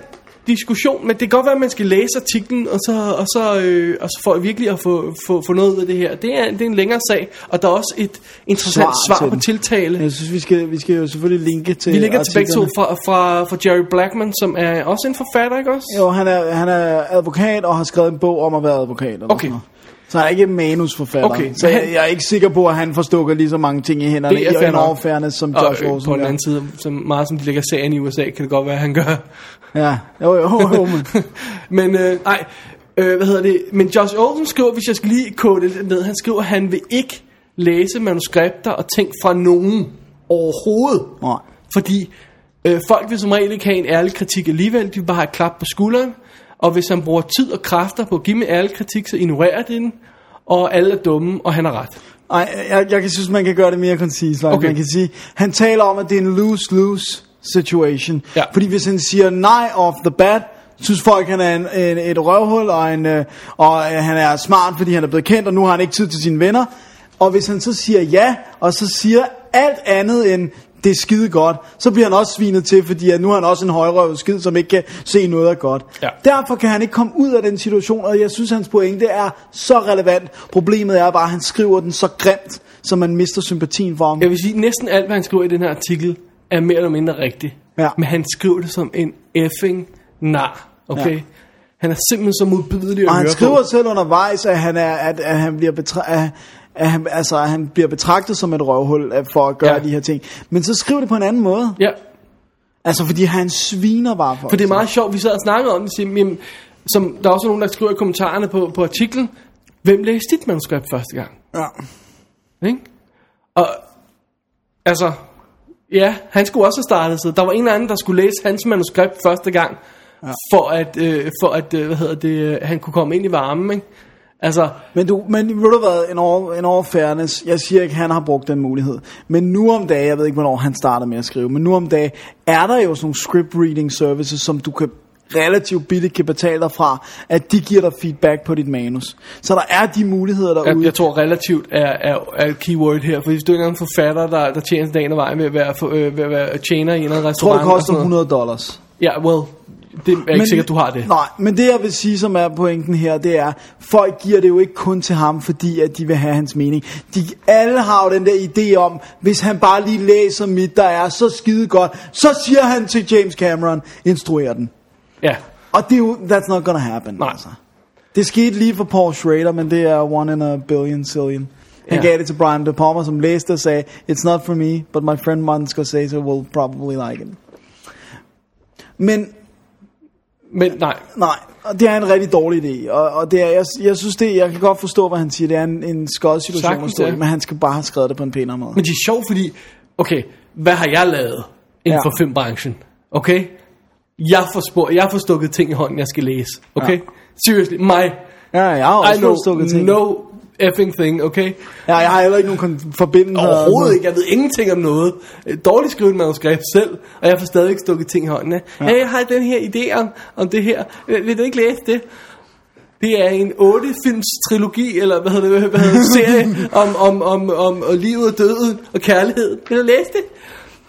D: diskussion, men det kan godt være, at man skal læse artiklen, og så, og så, øh, og så for virkelig at få, få, få noget ud af det her. Det er, det er en længere sag, og der er også et interessant
B: Svar
D: svar,
B: til
D: svar på
B: den.
D: tiltale.
B: Jeg synes, vi skal, vi skal jo selvfølgelig linke til
D: Vi ligger til begge to
B: artiklerne.
D: fra, fra, fra Jerry Blackman, som er også en forfatter, ikke også?
B: Jo, han er, han er advokat og har skrevet en bog om at være advokat. Eller
D: Okay.
B: sådan noget. Så han er ikke manusforfatter.
D: Okay,
B: så
D: men
B: jeg,
D: han-
B: jeg, er ikke sikker på, at han forstukker lige så mange ting i hænderne
D: Det er
B: i
D: fair
B: en
D: nok.
B: overfærdes, som
D: Og
B: Josh
D: øh,
B: Olsen
D: på den
B: gør.
D: anden side, så meget som de lægger sagen i USA, kan det godt være, at han gør.
B: Ja, jo, jo, jo, jo men
D: men øh, nej, øh, hvad hedder det? Men Josh Olsen skriver, hvis jeg skal lige kode det lidt ned, han skriver, at han vil ikke læse manuskripter og ting fra nogen overhovedet.
B: Nej.
D: Fordi øh, folk vil som regel ikke have en ærlig kritik alligevel, de vil bare have et klap på skulderen. Og hvis han bruger tid og kræfter på at give mig ærlig kritik, så ignorerer de den. Og alle er dumme, og han har ret.
B: Ej, jeg, jeg kan synes, man kan gøre det mere koncist. Okay.
D: Okay.
B: Man kan sige, han taler om, at det er en lose-lose situation.
D: Ja.
B: Fordi hvis han siger nej off the bat, synes folk, han er en, en, et røvhul, og, en, øh, og øh, han er smart, fordi han er blevet kendt, og nu har han ikke tid til sine venner. Og hvis han så siger ja, og så siger alt andet end, det er skide godt, så bliver han også svinet til, fordi at nu er han også en højrøvet skid, som ikke kan se noget af godt.
D: Ja.
B: Derfor kan han ikke komme ud af den situation, og jeg synes, hans pointe er så relevant. Problemet er bare, at han skriver den så grimt, så man mister sympatien for ham.
D: Jeg vil sige, næsten alt, hvad han skriver i den her artikel, er mere eller mindre rigtigt.
B: Ja.
D: Men han skriver det som en effing nar, okay?
B: Ja.
D: Ja. Han er simpelthen så modbydelig at
B: Og han
D: høre
B: skriver
D: på.
B: selv undervejs, at han, er, at, at han bliver betra- at, at han, altså, at han bliver betragtet som et røvhul øh, for at gøre ja.
D: Ja.
B: de her ting. Men så skriv det på en anden måde.
D: Ja,
B: Altså, fordi han sviner bare for
D: for det er meget sjovt, vi sad og snakkede om det, siger, jamen, som der er også nogen, der skriver i kommentarerne på, på artiklen, hvem læste dit manuskript første gang?
B: Ja.
D: Ikke? Og altså, ja, han skulle også have startet sig. Der var en eller anden, der skulle læse hans manuskript første gang, ja. for at, øh, for at øh, hvad hedder det, øh, han kunne komme ind i varmen. Ikke? Altså,
B: Men, du, men ved du hvad, en over, en over fairness, jeg siger ikke, at han har brugt den mulighed. Men nu om dagen, jeg ved ikke, hvornår han startede med at skrive, men nu om dagen er der jo sådan nogle script reading services, som du kan relativt billigt kan betale dig fra, at de giver dig feedback på dit manus. Så der er de muligheder derude.
D: jeg, jeg tror relativt er, er, er et keyword her, for hvis du er en eller anden forfatter, der, der tjener dagen og vejen ved at være, for, øh, ved at være tjener i en eller anden
B: tror,
D: restaurant.
B: det koster
D: og sådan noget.
B: 100 dollars.
D: Ja, well, det er ikke sikkert, du har det.
B: Nej, men det jeg vil sige, som er pointen her, det er, folk giver det jo ikke kun til ham, fordi at de vil have hans mening. De alle har jo den der idé om, hvis han bare lige læser mit, der er så skide godt, så siger han til James Cameron, instruer den.
D: Ja.
B: Og det er jo, that's not gonna happen. altså.
D: Nej.
B: Det skete lige for Paul Schrader, men det er one in a billion zillion. Han
D: Ja.
B: gav det til Brian De Palma, som læste og sagde, It's not for me, but my friend Martin Scorsese will probably like it. Men
D: Men nej,
B: Nej, og det er en rigtig dårlig idé. Og, og det er, jeg, jeg synes det, jeg kan godt forstå, hvad han siger. Det er en, en skod situation at
D: Sagtens,
B: stå i,
D: ja.
B: men han skal bare have skrevet det på en pænere måde.
D: Men det er sjovt, fordi, okay, hvad har jeg lavet inden
B: Ja.
D: ja. for filmbranchen? Okay? Jeg får, spor, jeg får stukket ting i hånden, jeg skal læse. Okay?
B: Ja.
D: Ja. Seriously, mig.
B: Ja, jeg har
D: I
B: også
D: know
B: fået stukket ting.
D: no effing thing, okay?
B: Ja, jeg har heller ikke nogen kon- forbindelser.
D: Overhovedet ikke, jeg ved ingenting om noget. Øh, Dårligt skrevet manuskript selv, og jeg får stadigvæk stukket ting i hånden. Ja. Hey, jeg har den her idé om, om det her. Øh, Vil du ikke læse det? Det er en 8-films trilogi, eller hvad hedder det, hvad hedder det serie, om, om, om, om, om livet og døden og kærlighed. Vil du læse det?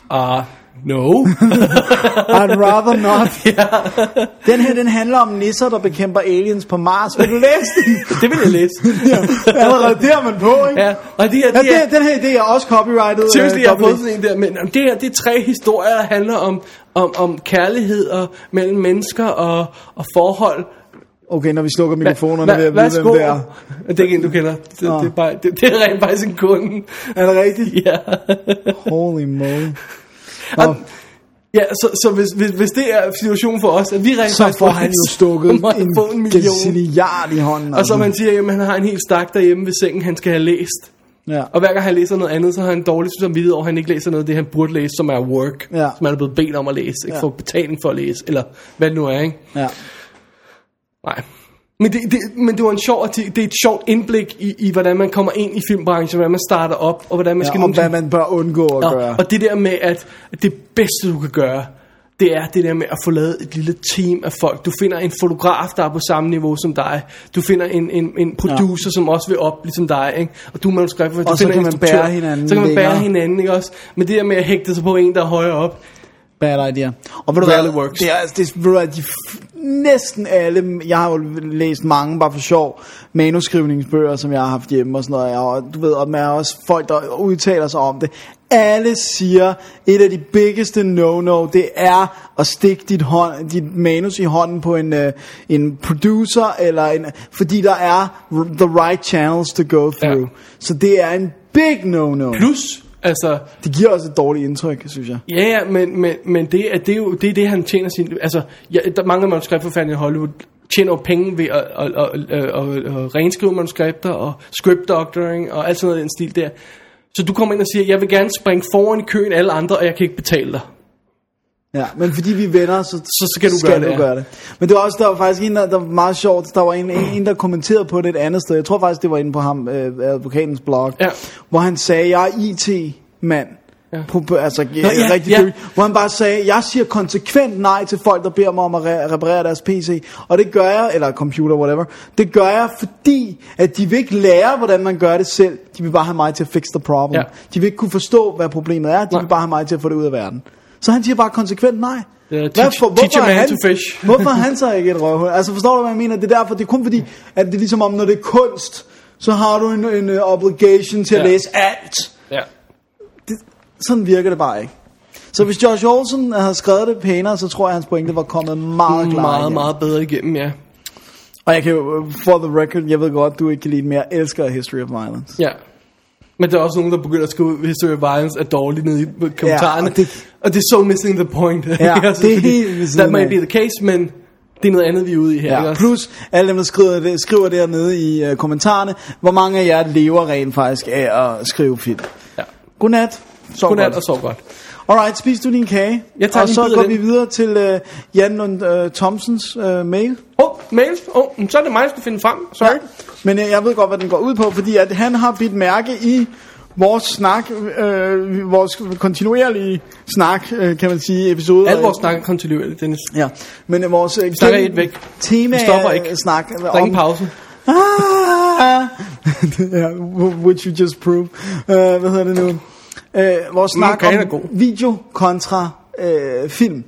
D: Og Ah, No.
B: I'd rather not. Den her, den handler om nisser, der bekæmper aliens på Mars. Vil du læse den?
D: det vil jeg læse.
B: Allerede der er man på, ikke?
D: ja, og det her,
B: Ja,
D: det er,
B: det, den her idé er også copyrightet.
D: Seriously,
B: øh,
D: jeg har
B: dobbelt-
D: fået sådan en der, men jamen, det her, det er tre historier, der handler om, om, om kærlighed og mellem mennesker og, og forhold.
B: Okay, når vi slukker mikrofonerne, vil jeg vide,
D: værsgo.
B: hvem det er.
D: Det er ikke en, du kender. Det,
B: Nå.
D: det, er, bare, det, det er rent faktisk en kunde.
B: Er det rigtigt?
D: Ja.
B: Holy moly.
D: Og, ja, så, så hvis, hvis, hvis det er situationen for os, at vi rent
B: Så
D: faktisk
B: får han jo stukket
D: må
B: en,
D: få en million.
B: gazilliard i hånden.
D: Og så man siger, at han har en hel stak derhjemme ved sengen, han skal have læst.
B: Ja.
D: Og hver gang han læser noget andet, så har han dårlig samvittighed over, at han ikke læser noget af det, han burde læse, som er work.
B: Ja.
D: Som han er blevet bedt om at læse. Ikke?
B: Ja.
D: Ja. Få betaling for at læse, eller hvad det nu er, ikke?
B: ja.
D: Nej. Men det, det, men det var en sjov arti- det er et sjovt indblik i, i, hvordan man kommer ind i filmbranchen, hvordan man starter op, og hvordan man skal
B: ja og hvad man bør undgå at
D: og,
B: gøre.
D: og det der med, at det bedste, du kan gøre, det er det der med at få lavet et lille team af folk. Du finder en fotograf, der er på samme niveau som dig. Du finder en, en, en producer, ja. som også vil op, ligesom dig. Ikke? Og du er manuskriptforfatter.
B: Og
D: Du
B: så
D: finder
B: kan
D: en
B: man
D: instruktør.
B: bære hinanden
D: Så kan man bære
B: længere.
D: hinanden, ikke også? Men det der med at hægte sig på en, der er højere op.
B: Bad idea. Og ved du
D: Rarely
B: hvad,
D: works.
B: det er, altså, det, ved du hvad, de, f- næsten alle, jeg har jo læst mange bare for sjov, manuskrivningsbøger, som jeg har haft hjemme og sådan noget, og du ved, og man er også folk, der udtaler sig om det. Alle siger, et af de biggeste no-no, det er at stikke dit, hånd, dit manus i hånden på en, øh, en producer, eller en, fordi der er r- the right channels to go through.
D: Ja.
B: Så det er en big no-no.
D: Plus, altså,
B: Det giver også et dårligt indtryk, synes jeg.
D: Ja, ja, men, men, men det, er, det, er jo, det er det, han tjener sin... Altså, ja, der mange manuskriptforfattere i Hollywood tjener jo penge ved at, at, at, at, at, at renskrive manuskripter og script doctoring og alt sådan noget i den stil der. Så du kommer ind og siger, jeg vil gerne springe foran i køen alle andre, og jeg kan ikke betale dig.
B: Ja, men fordi vi er venner, så,
D: Så skal du gøre det, ja.
B: gøre det. Men det var også, der var faktisk en, der, der var meget sjovt, der var en, en, en, der kommenterede på det et andet sted. Jeg tror faktisk, det var inde på ham, øh, advokatens blog,
D: Ja.
B: hvor han sagde, jeg er IT-mand. Ja.
D: Ja.
B: På, på- altså, Nå,
D: ja,
B: ja, rigtig
D: ja.
B: ja. Hvor han bare sagde, jeg siger konsekvent nej til folk, der beder mig om at re- reparere deres PC. Og det gør jeg, eller computer, whatever. Det gør jeg, fordi at de vil ikke lære, hvordan man gør det selv. De vil bare have mig til at fix the problem.
D: Ja.
B: De vil ikke kunne forstå, hvad problemet er. De
D: Nej.
B: vil bare have mig til at få det ud af verden. Så han siger bare konsekvent nej.
D: Det er
B: Hvad
D: teach-
B: for- hvorfor
D: teach a
B: er
D: man
B: han,
D: to fish.
B: hvorfor er han så ikke et røvhul? Altså forstår du, hvad jeg mener? Det er derfor, det er kun fordi, at det er ligesom om, når det er kunst, så har du en, en øh, obligation til at
D: Ja.
B: læse alt.
D: Ja.
B: Sådan virker det bare ikke. Så hvis Josh Olsen havde skrevet det pænere, så tror jeg, at hans pointe var kommet meget klart.
D: Mm, Meget,
B: igennem.
D: meget bedre igennem, ja.
B: Og jeg kan jo, øh, for the record, jeg ved godt, du ikke kan lide den, men jeg elsker History of Violence.
D: Ja. Men der er også nogen, der begynder at skrive, History of Violence er dårlig nede i kommentarerne. Ja,
B: og
D: og,
B: det-
D: det, og det er so missing the point. Altså,
B: det er helt ved siden
D: That may
B: af.
D: be the case, men det er noget andet, vi er ude i her. ikke
B: Ja,
D: også?
B: plus alle dem, der skriver, det, skriver dernede i uh, kommentarerne, hvor mange af jer lever rent faktisk af at skrive film.
D: Ja.
B: Godnat. Sov
D: Godnat
B: godt.
D: og sov godt.
B: Alright, spis du din kage.
D: Jeg tager
B: og
D: lige
B: så
D: en bid af
B: går
D: den.
B: vi videre til øh, Jan Lund øh, Thomsens øh, mail.
D: Åh, oh, mail. Åh, oh, så er det mig, der skal finde frem. Sorry.
B: Ja. Men øh, jeg ved godt, hvad den går ud på, fordi at han har bidt mærke i vores snak, øh, vores kontinuerlige snak, øh, kan man sige, episode.
D: Al vores snak er kontinuerligt, Dennis.
B: Ja, men øh, vores øh,
D: snakker i et væk.
B: tema
D: Vi stopper ikke.
B: snak.
D: Der er ingen pause.
B: Ah, ja, which you just prove. Uh, hvad hedder det nu? Uh, vores snak
D: kagen er
B: om
D: god.
B: video kontra uh, film.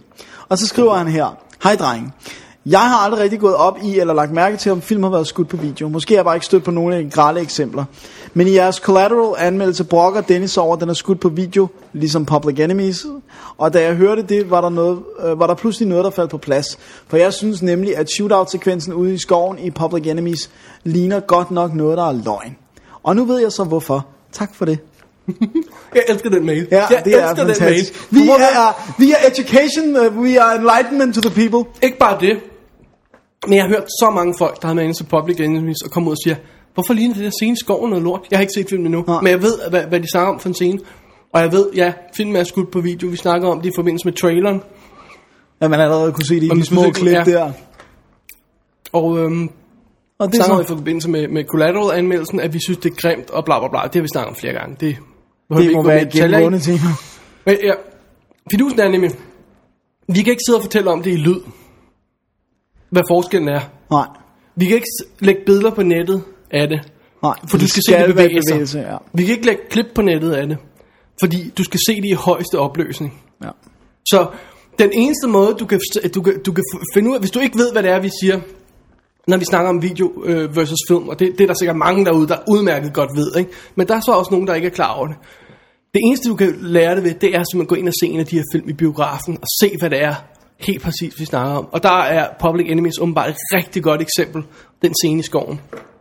B: Og så skriver han her. Hej drenge. Jeg har aldrig rigtig gået op i eller lagt mærke til, om film har været skudt på video. Måske har jeg bare ikke stødt på nogle af de grælde eksempler. Men i jeres collateral anmeldelse brokker Dennis over, at den er skudt på video, ligesom Public Enemies. Og da jeg hørte det, var der, noget, øh, var der pludselig noget, der faldt på plads. For jeg synes nemlig, at shootout-sekvensen ude i skoven i Public Enemies ligner godt nok noget, der er løgn. Og nu ved jeg så hvorfor. Tak for det.
D: Jeg elsker den mail.
B: Ja,
D: jeg
B: det er
D: elsker
B: fantastisk.
D: den mail.
B: Vi er, vi er education, uh, we are enlightenment to the people.
D: Ikke bare det, men jeg har hørt så mange folk, der har været inde til Public Enemies og kommer ud og siger, hvorfor ligner det der scene i skoven noget lort? Jeg har ikke set filmen endnu,
B: Nej.
D: men jeg ved, hvad, hvad de snakker om for en scene. Og jeg ved, ja, filmen er skudt på video. Vi snakker om det i forbindelse med traileren.
B: Ja, man allerede kunne se det i
D: Og
B: de
D: man
B: små
D: kunne se det,
B: klip
D: ja.
B: der.
D: Og øhm,
B: Og det er
D: snakker om i
B: sådan,
D: forbindelse med, med Collateral-anmeldelsen, at vi synes, det er grimt og bla bla bla. Det har vi snakket om flere gange. Det, behøver vi
B: det
D: ikke
B: må
D: gå
B: være
D: mere i
B: et
D: detaljer i.
B: gennemgående tema.
D: Men ja, fidusen er nemlig, vi kan ikke sidde og fortælle om det i lyd, hvad forskellen er.
B: Nej,
D: Vi kan ikke s- lægge billeder på nettet af det,
B: nej.
D: for du
B: det
D: skal, se det
B: være
D: bevæge sig.
B: ja.
D: Vi kan ikke lægge klip på nettet af det, fordi du skal se det i højeste opløsning.
B: ja.
D: Så den eneste måde, du kan, du, kan, du kan finde ud af, hvis du ikke ved, hvad det er, vi siger, når vi snakker om video øh, versus film, og det, det er der sikkert mange derude, der udmærket godt ved, ikke? men der er så også nogen, der ikke er klar over det. Det eneste, du kan lære det ved, det er simpelthen at gå ind og se en af de her film i biografen, og se, hvad det er helt præcis, vi snakker om. Og der er Public Enemies åbenbart et rigtig godt eksempel. Den scene i skoven,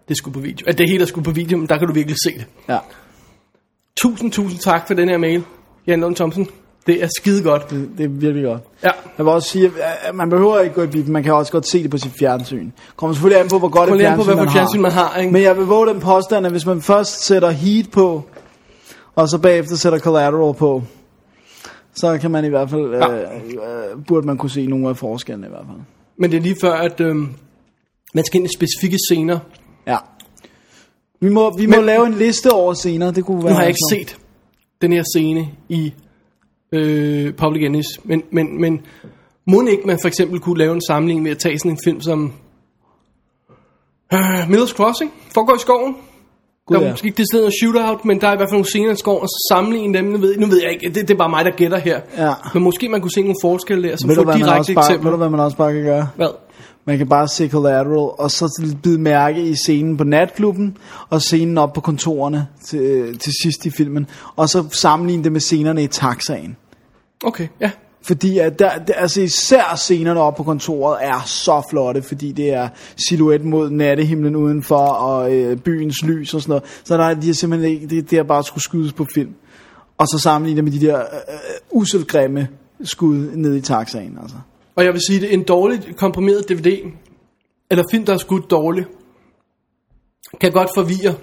D: det skulle på video. Altså, det hele er skulle på video, men der kan du virkelig se det.
B: Ja.
D: Tusind, tusind tak for den her mail, Jan Lund Thomsen. Det er skide godt.
B: Det, det er virkelig godt.
D: Ja.
B: Jeg vil også sige, at man behøver ikke gå i biffen, man kan også godt se det på sit fjernsyn. Kommer selvfølgelig an på, hvor godt et
D: Prøv lige an
B: fjernsyn,
D: på, hvad for
B: man,
D: et fjernsyn man har. Ikke?
B: Men jeg vil våge den påstand, at hvis man først sætter Heat på, og så bagefter sætter Collateral på, så kan man i hvert fald, ja. øh, øh, burde man kunne se nogle af forskellene i hvert fald.
D: Men det er lige før, at øhm, man skal ind i specifikke scener.
B: Ja. Vi må, vi må
D: Men-
B: lave en liste over senere, det kunne være...
D: Nu har jeg ikke
B: sådan.
D: set den her scene i øh, Public Enemies, men, men, men må ikke man for eksempel kunne lave en sammenligning med at tage sådan en film som øh, Miller's Crossing, foregår i skoven.
B: Gud,
D: der er
B: ja.
D: måske ikke det sted shootout, men der er i hvert fald nogle scener i skoven, og så sammenligne dem. Nu ved, nu ved jeg ikke, det, det er bare mig, der gætter her.
B: Ja.
D: Men måske man kunne se nogle forskelle der, som
B: Ved du,
D: får
B: hvad man
D: direkte
B: også bare, ved
D: eksempler.
B: du, hvad man også bare kan gøre?
D: Hvad?
B: Man kan bare se Collateral, og så bide mærke i scenen på natklubben, og scenen op på kontorerne til, til sidst i filmen, og så sammenligne det med scenerne i taxaen.
D: Okay, ja.
B: Fordi at der, der, altså især scenerne oppe på kontoret er så flotte, fordi det er silhuet mod nattehimlen udenfor og øh, byens lys og sådan noget. Så der er, de er simpelthen ikke, det, det er bare skulle skydes på film. Og så sammenligne det med de der øh, uselgrimme skud ned i taxaen. Altså.
D: Og jeg vil sige det, en dårligt komprimeret DVD, eller film, der er skudt dårligt, kan godt forvirre.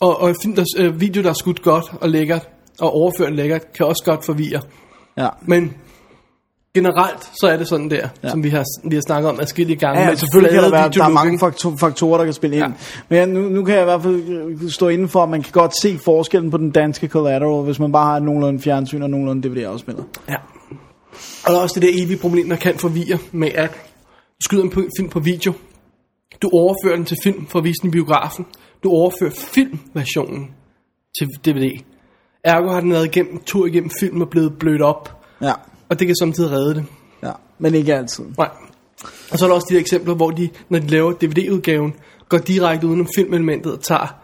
D: Og, og en film, der, øh, video, der er skudt godt og lækkert, og overført lækkert, kan også godt forvirre.
B: Ja.
D: Men generelt, så er det sådan der,
B: Ja.
D: ja. som vi har, vi har snakket om adskillige gange.
B: Ja,
D: med
B: selvfølgelig kan der
D: flade
B: være, der er
D: videolook,
B: mange
D: ikke?
B: faktor, faktorer, der kan spille ind. Ja.
D: Ja.
B: Men jeg- nu, nu kan jeg i hvert fald øh, stå inden for, at man kan godt se forskellen på den danske collateral, hvis man bare har nogenlunde fjernsyn og nogenlunde DVD-afspiller.
D: Ja. Og der er også det der evige problem, der kan forvirre med, at du skyder en p- film på video, du overfører den til film for at vise den i biografen, du overfører filmversionen til DVD. Ergo har den været igennem, en tur igennem film og blevet blødt op,
B: Ja.
D: og det kan samtidig redde det.
B: ja, men ikke altid.
D: Nej. Og så er der også de der eksempler, hvor de, når de laver DVD-udgaven, går direkte udenom filmelementet og tager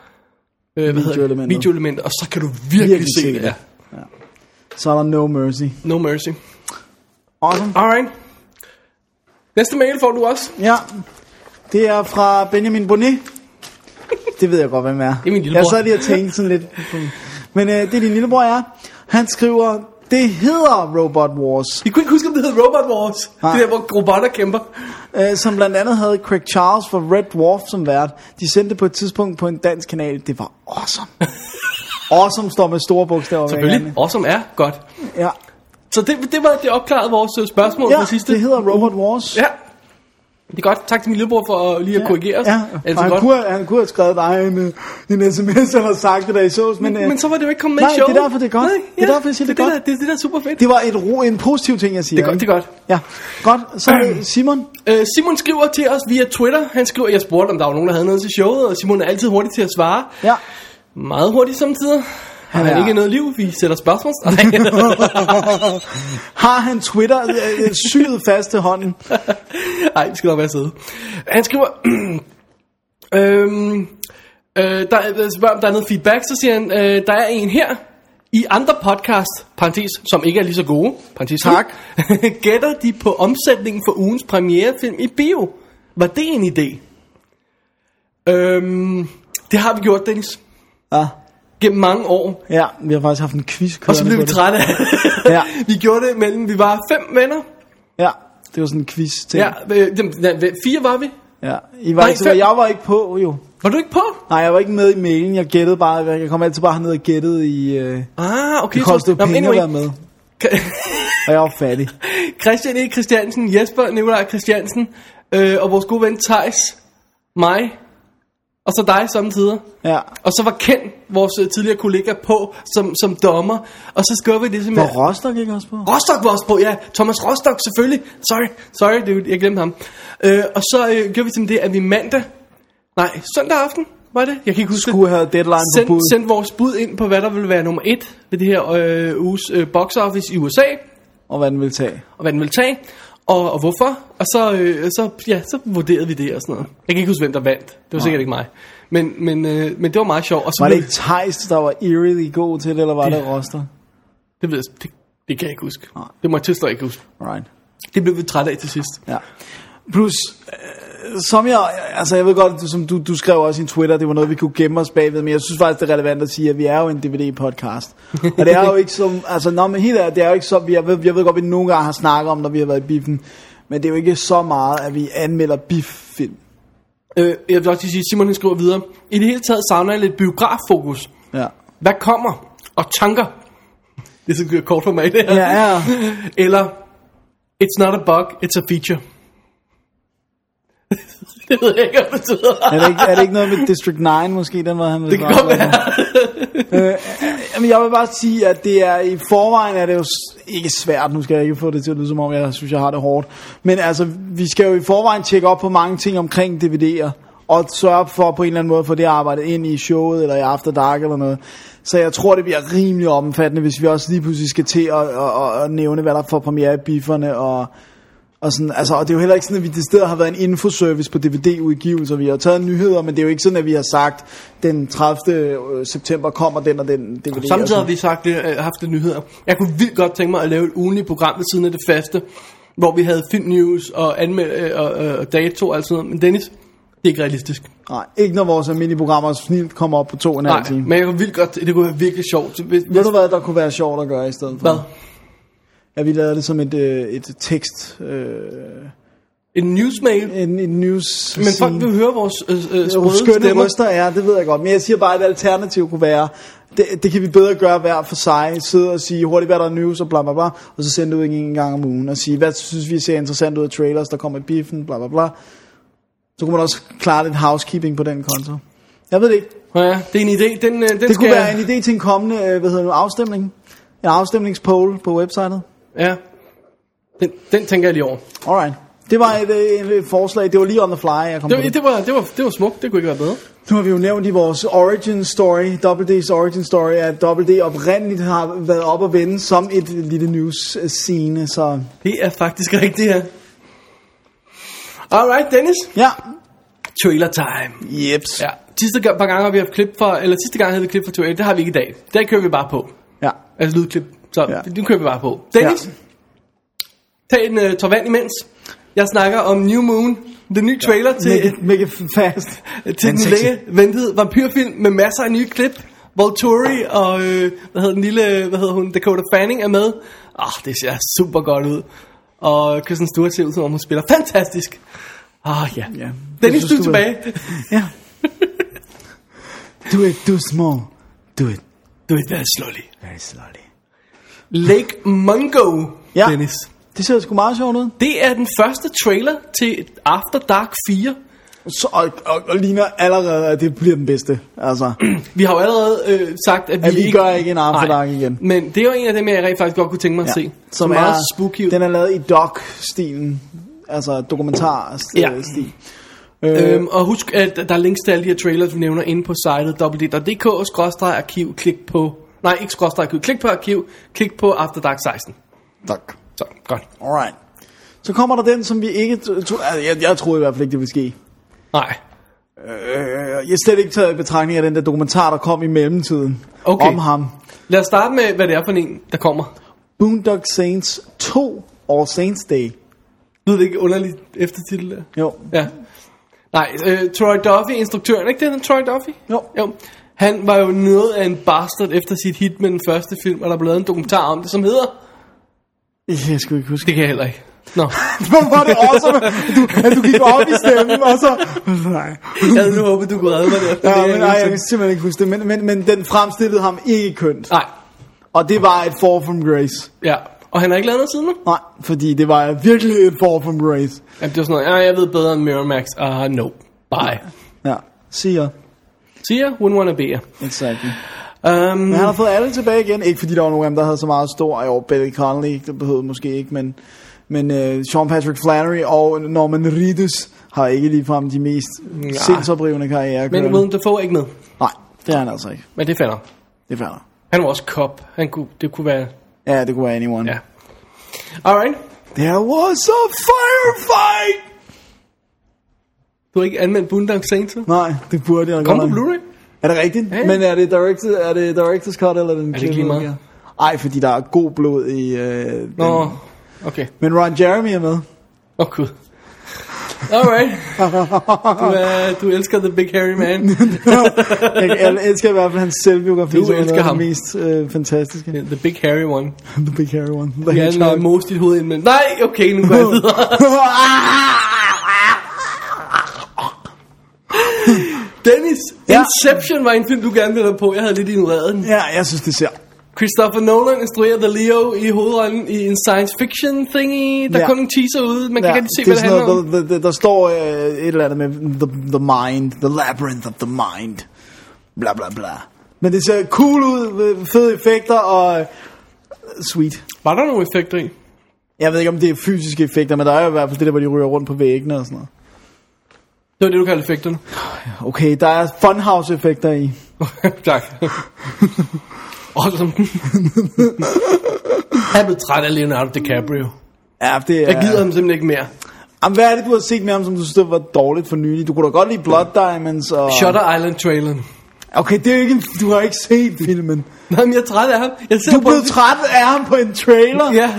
D: øh, hvad hedder det?
B: Videoelementet.
D: videoelementet, og så kan du virkelig, virkelig se, det. Ja.
B: Så er der no mercy.
D: No mercy.
B: Awesome.
D: Alright. Næste mail får du også.
B: Ja, det er fra Benjamin Bonnet. Det ved jeg godt, hvem er.
D: er min lillebror.
B: Jeg sad lige og tænkte sådan lidt. på- Men øh, det er din lillebror, ja. Han skriver, det hedder Robot Wars,
D: Jeg kunne ikke huske, om det hed Robot Wars. Nej.
B: Nej.
D: Det der, hvor robotter kæmper.
B: øh, som blandt andet havde Craig Charles fra Red Dwarf som vært. De sendte det på et tidspunkt på en dansk kanal. Det var awesome. awesome står med store bogstaver. bag
D: Selvfølgelig.
B: hinanden.
D: Awesome er godt.
B: Ja,
D: Så det, det var det opklarede vores øh, spørgsmål
B: ja
D: det sidste.
B: det hedder Robot Wars.
D: Ja. Det er godt. Tak til min lillebror for at lige at korrigere os.
B: Ja,
D: altså,
B: og han,
D: godt.
B: kunne, han kunne have skrevet dig en, øh, en sms eller sagt det, da I sås, men, øh,
D: Men så var det jo ikke kommet med
B: Nej,
D: i showet.
B: det er derfor, det er godt. Det er derfor, jeg siger, det er
D: det,
B: godt.
D: Der, det, er det der er super fedt.
B: Det var et ro, en positiv ting, jeg siger.
D: Det er godt,
B: ikke?
D: det er godt.
B: Ja, godt. Så er det Simon.
D: Øh, Simon skriver til os via Twitter. Han skriver, jeg spurgte, om der var nogen, der havde noget til showet, og Simon er altid hurtig til at svare.
B: Ja.
D: Meget hurtigt samtidig. Han
B: er-
D: har ikke noget liv, vi sætter spørgsmål.
B: Har han Twitter øh, øh, syet fast til hånden?
D: Nej, det skal nok være søde. Han skriver... øhm, øh, der, jeg spørger, om der er noget feedback, så siger han, øh, der er en her i andre podcast, parentes, som ikke er lige så gode, parentes,
B: Tak.
D: slut, gætter de på omsætningen for ugens premierefilm i bio. Var det en idé? Øhm, det har vi gjort, Dennis,
B: Ja.
D: gennem mange år.
B: ja, vi har faktisk haft en quiz
D: Og så blev vi
B: kørende på det.
D: trætte af det.
B: Ja.
D: Vi gjorde det mellem, vi var fem venner.
B: Ja, det var sådan en quiz ting.
D: Ja, øh, dem- nej, fire var vi.
B: ja. I var
D: Nej,
B: ikke, så,
D: fem.
B: jeg var ikke på, jo.
D: Var du ikke på?
B: Nej, jeg var ikke med i mailen. Jeg gættede bare. Jeg kom altid bare herned og gættede i... Øh,
D: Ah, okay.
B: det
D: så-
B: kostede
D: Nå, men
B: penge
D: anyway.
B: at være med. Og jeg var fattig.
D: Christian E. Christiansen, Jesper Nikolaj Christiansen, øh, og vores gode ven Tejs, mig, og så dig samtidig.
B: Ja.
D: Og så var Ken, vores øh, tidligere kollega, på som, som dommer. Og så skrev vi det
B: Var
D: simpelthen...
B: Rostock ikke også på?
D: Rostock var også på, ja. Thomas Rostock, selvfølgelig. Sorry, sorry, dude, jeg glemte ham. Øh, og så øh, gjorde vi simpelthen det, at vi mandag... Nej, søndag aften var det? Jeg kan ikke huske
B: Skulle
D: det.
B: have deadline på
D: Send,
B: bud.
D: send vores bud ind på, hvad der vil være nummer et ved det her øh, uges øh, box office i USA.
B: og hvad den ville tage.
D: og hvad den ville tage, og, og hvorfor. Og så, øh, så, ja, så vurderede vi det og sådan noget. Jeg kan ikke huske, hvem der vandt. Det var sikkert ikke mig. Men, men, øh, men det var meget sjovt. Og så
B: Var det
D: blev-
B: ikke Theis, der var eerily god til det, eller var det,
D: Det-
B: Roster?
D: Det, ved jeg, det, det kan jeg ikke huske.
B: Nej.
D: Det må jeg tilstå, jeg ikke huske.
B: Right.
D: Det blev vi trætte af til sidst.
B: Ja. Plus, øh, som jeg, altså jeg ved godt, du- som du, du skrev også i en Twitter, det var noget, vi kunne gemme os bagved, men jeg synes faktisk, det er relevant at sige, at vi er jo en DVD-podcast. Og det er jo ikke som, altså nå, men helt ærligt, det er jo ikke så, jeg ved, jeg ved godt, vi nogle gange har snakket om, når vi har været i biffen, men det er jo ikke så meget, at vi anmelder biff-film.
D: Øh, jeg vil også lige sige, Simon han skriver videre. I det hele taget savner jeg lidt biograffokus.
B: Ja.
D: Hvad kommer? Og tanker. Det er sådan et kort for mig, det her.
B: Ja, ja.
D: Eller, it's not a bug, it's a feature. det ved jeg ikke, hvad det betyder.
B: Er det, ikke, er det ikke noget med District 9 måske, den var han ville
D: Det kan
B: snakke
D: godt
B: om? øh, jamen, jeg vil bare sige, at det er i forvejen er det jo s- ikke svært. Nu skal jeg ikke få det til at lyde som om, jeg synes, jeg har det hårdt. Men altså, vi skal jo i forvejen tjekke op på mange ting omkring DVD'er. Og sørge for på en eller anden måde at få det arbejdet ind i showet eller i After Dark eller noget. Så jeg tror, det bliver rimelig omfattende, hvis vi også lige pludselig skal til at, at, at, at nævne, hvad der får premiere i bifferne og... Og, sådan, altså, og det er jo heller ikke sådan, at vi det sted har været en infoservice på DVD-udgivelser. Vi har taget nyheder, men det er jo ikke sådan, at vi har sagt, den 30. september kommer den og den DVD. og
D: Samtidig har
B: sådan.
D: vi sagt det, øh, haft det nyheder. Jeg kunne vildt godt tænke mig at lave et ugenligt program ved siden af det faste, hvor vi havde film news og, anmel- øh, og, øh, og dato og alt sådan noget. Men Dennis, det er ikke realistisk.
B: Nej, ikke når vores almindelige programmer snilt kommer op på to og en
D: Nej,
B: halv time.
D: men jeg kunne vildt godt, det kunne være virkelig sjovt. Hvis,
B: Ved du hvad, der kunne være sjovt at gøre i stedet for?
D: Hvad?
B: At vi lavede det som et, øh, et tekst, øh,
D: En newsmail?
B: en, en news
D: Men folk vil høre vores øh, øh,
B: Hvor
D: sprøde
B: skønne
D: stemmer.
B: ryster er, det ved jeg godt. Men jeg siger bare, at et alternativ kunne være, det, det kan vi bedre gøre hver for sig. Sidde og sige hurtigt, hvad der er news og bla bla bla. Og så sende det ud en gang om ugen og sige, hvad synes vi ser interessant ud af trailers, der kommer i biffen, bla bla bla. Så kunne man også klare lidt housekeeping på den konto. Jeg ved det ikke. Det
D: Ja, ja, det er en idé. Den, øh, den
B: Skal...
D: skal...
B: kunne være en idé til en kommende øh, hvad hedder det nu, afstemning. En afstemningspoll på websitet.
D: Ja. Den, den tænker jeg lige over.
B: Alright. Det var et, øh, et forslag. Det var lige on the fly, jeg kom
D: Det,
B: på
D: var- det, var, det, var, det var smukt. Det kunne ikke være bedre.
B: Nu har vi jo nævnt i vores origin story, WD's origin story, at WD oprindeligt har været op og vende som et lille news scene, så
D: Det er faktisk rigtigt, ja. Alright, Dennis.
B: ja.
D: Trailer time.
B: Jeps.
D: Ja. Sidste gang, par gange har vi haft klip fra, eller sidste gang havde vi klip fra trailer. Det har vi ikke i dag. Der kører vi bare på.
B: Ja.
D: Altså lydklip. Så
B: Ja.
D: ja. det kører vi bare på. Dennis,
B: Ja.
D: ja. tag en uh, tår vand imens. Jeg snakker om New Moon. Den nye trailer ja. til...
B: Make it, make it fast.
D: til den længe ventede vampyrfilm med masser af nye klip. Volturi og, øh, hvad hedder den lille, hvad hedder hun, Dakota Fanning er med. Ah, det ser super godt ud. Og Kirsten Stewart ser ud som om hun spiller fantastisk. Ah, ja.
B: Ja.
D: ja.
B: Jeg
D: Dennis,
B: synes,
D: du er
B: du er-
D: tilbage.
B: Ja. Do it, do small. Do it.
D: Du er ikke slålig.
B: Very slowly.
D: Lake Mungo,
B: Ja.
D: ja. Dennis.
B: Det ser sgu meget sjovt ud.
D: Det er den første trailer til After Dark 4.
B: Så, og, og, og ligner allerede, at det bliver den bedste. Altså,
D: Vi har jo allerede øh, sagt, at vi,
B: vi
D: ikke...
B: gør ikke en After
D: Nej.
B: Dark igen.
D: Men det er jo en af dem, jeg rent faktisk godt kunne tænke mig at se.
B: Som
D: meget
B: er,
D: spooky. ud.
B: Den er lavet i doc-stilen. Altså dokumentar-stil.
D: Ja.
B: Øh,
D: Øhm, og husk, at der er links til alle de her trailers, vi nævner inde på sitet www.dk-arkiv. Klik på... Nej, ikke skråstreg arkiv. Klik på arkiv. Klik på After Dark 16.
B: tak.
D: Så, godt.
B: Alright. Så kommer der den, som vi ikke... tro- tro- altså, jeg, jeg troede i hvert fald ikke, det ville ske.
D: Nej.
B: Øh, Jeg er slet ikke taget i betragtning af den der dokumentar, der kom i mellemtiden.
D: Okay.
B: Om ham.
D: Lad os starte med, hvad det er for en, der kommer.
B: Boondock Saints 2 og Saints Day.
D: Lyder det ikke underligt eftertitel der?
B: Jo.
D: Ja. Nej, øh, Troy Duffy, instruktøren, ikke det, den Troy Duffy?
B: Jo.
D: jo. Han var jo noget af en bastard efter sit hit med den første film, og der blev lavet en dokumentar om det, som hedder...
B: Jeg skulle ikke huske.
D: Det kan jeg heller ikke. Nå,
B: Hvor var det også, at du, at du gik op i stemmen, og så... Nej.
D: jeg havde nu håbet, du kunne redde mig der.
B: Ja,
D: Det er
B: men, nej, jeg
D: ikke
B: kan
D: sådan.
B: simpelthen ikke huske det. Men, men, men den fremstillede ham ikke kønt.
D: Nej,
B: Og det var et fall from grace.
D: ja. Og han har ikke lavet noget siden nu?
B: Nej, fordi det var virkelig et fall from grace.
D: Jamen, det var sådan noget, ja, jeg ved bedre end Miramax. Ah, uh, no. Bye.
B: Ja, siger.
D: Siger, wouldn't wanna be here.
B: Exactly.
D: Um,
B: Men han har fået alle tilbage igen. Ikke fordi der var nogen af dem, der havde så meget stor. Jo, Billy Connolly, det behøvede måske ikke, men, men uh, Sean Patrick Flannery og Norman Reedus har ikke ligefrem de mest ja. sindsoprivende karriere.
D: men Willem Dafoe er ikke med.
B: Nej, det er han altså ikke.
D: Men det falder.
B: Det falder.
D: Han var også cop. Han kunne, det kunne være...
B: Ja, det kunne være anyone.
D: Ja. Alright.
B: There was a firefight!
D: Du har ikke anmeldt Boondock Saints, vel?
B: Nej, det burde jeg
D: Kom
B: godt
D: på
B: nok.
D: Blu-ray.
B: Er det rigtigt?
D: Ja.
B: Hey. Men er det, directed, er det director's cut, eller er den
D: Er det ikke lige meget?
B: Ej, fordi der er god blod i... Øh, den.
D: Nå, okay.
B: Men Ron Jeremy er med.
D: Åh, oh, gud. Alright. Du, er, du elsker The Big Hairy Man.
B: jeg, jeg elsker i hvert fald hans selvbiografi,
D: Du
B: som er
D: elsker
B: noget af
D: ham.
B: det mest øh, fantastiske. Yeah.
D: The Big Hairy One.
B: The Big Hairy One. The
D: Jeg er
B: Hedgehog.
D: noget most dit hoved ind, men... Nej, okay, nu går jeg videre. Dennis,
B: Ja.
D: Inception var en film, du gerne ville have på. Jeg havde lidt ignoreret den.
B: ja, jeg synes, det ser...
D: Christopher Nolan instruerede Leo i hovedrollen i en science fiction thingy. Der
B: Ja.
D: ja. kun en teaser ude. Man kan
B: Ja,
D: ikke rigtig se, hvad det handler
B: sådan
D: om.
B: noget, der, der, der står øh, et eller andet med the, the Mind, The Labyrinth of the Mind, bla bla bla. Men det ser cool ud, øh, fede effekter og øh, sweet.
D: Var der nogle effekter i?
B: Jeg ved ikke, om det er fysiske effekter, men der er jo i hvert fald det der, hvor de ryger rundt på væggene og sådan noget.
D: Det var det, du kaldte effekterne.
B: Okay, der er funhouse-effekter i.
D: tak. Awesome. jeg er blevet træt af Leonardo DiCaprio.
B: Ja, det er...
D: Jeg gider ham simpelthen ikke mere.
B: Jamen, hvad er det, du har set med ham, som du synes, det var dårligt for nylig? Du kunne da godt lide Blood Diamonds og...
D: Shutter Island-traileren.
B: Okay, det er jo ikke... en- Du har ikke set filmen.
D: Nå, men jeg er træt af ham. Jeg ser
B: Du
D: på-
B: blev træt af ham på en trailer.
D: Ja.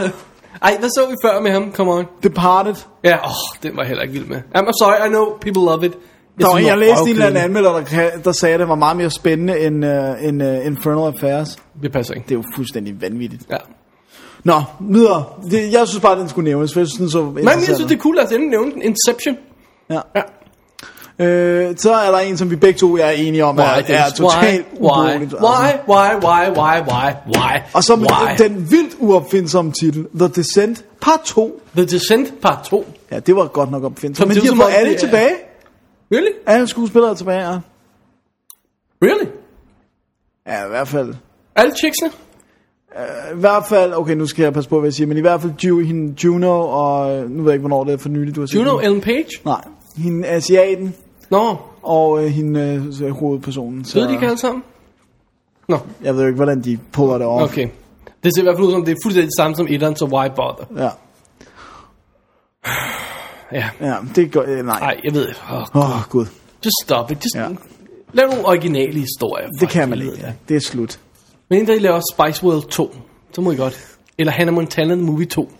D: Ej, hvad så vi før med ham? Come on.
B: Departed.
D: Ja, åh, oh, den var jeg heller ikke vild med. I'm sorry, I know people love it.
B: Der var,
D: synes, den
B: jeg læste en eller anden
D: røvkedelig.
B: anmelder, der, ka- der sagde, at det var meget mere spændende end, uh, end uh, Infernal Affairs.
D: Det passer ikke.
B: Det er jo fuldstændig vanvittigt.
D: Ja.
B: Nå, videre. Det, jeg synes bare, den skulle nævnes, for jeg synes, den så
D: Men jeg synes, det er cool, at endelig nævne den. Inception.
B: Ja.
D: Ja.
B: Øh, så er der en, som vi begge to er enige om, er,
D: Dennis?
B: er totalt Altså,
D: why,
B: ubrugelig.
D: why, why, why, why, why, why,
B: Og så med
D: why?
B: den, den vildt uopfindsomme titel, The Descent Part 2.
D: The Descent Part 2.
B: Ja, det var godt nok opfindsomt.
D: Som
B: Men
D: det
B: de
D: er som
B: har fået
D: om,
B: alle
D: det er-
B: tilbage.
D: Really?
B: Alle skuespillere er tilbage, ja.
D: Really?
B: Ja, i hvert fald.
D: Alle chicksene?
B: I hvert fald, okay, nu skal jeg passe på, hvad jeg siger, men i hvert fald Ju, hende, Juno, og øh, nu ved jeg ikke, hvornår det er for nylig, du har set
D: Do you know
B: hende.
D: Ellen Page?
B: Nej, hende asiaten
D: Nå,
B: og øh, hende øh, hovedpersonen. Så
D: ved de ikke alle sammen? Nå,
B: Jeg ved jo ikke, hvordan de puller det over.
D: okay. Det ser i hvert fald ud som, det er fuldstændig det samme som etteren, så why bother?
B: Ja,
D: Ja.
B: ja, det gør... Øh, nej.
D: Ej, jeg ved oh,
B: Åh, oh, Gud.
D: Just stop it. Just
B: Ja.
D: ja. Lav nogle originale historier.
B: Det
D: for
B: kan man
D: helvede.
B: ikke. Ja. Det er slut.
D: Men inden I laver Spice World 2, så må I godt. Eller Hannah Montana The Movie 2.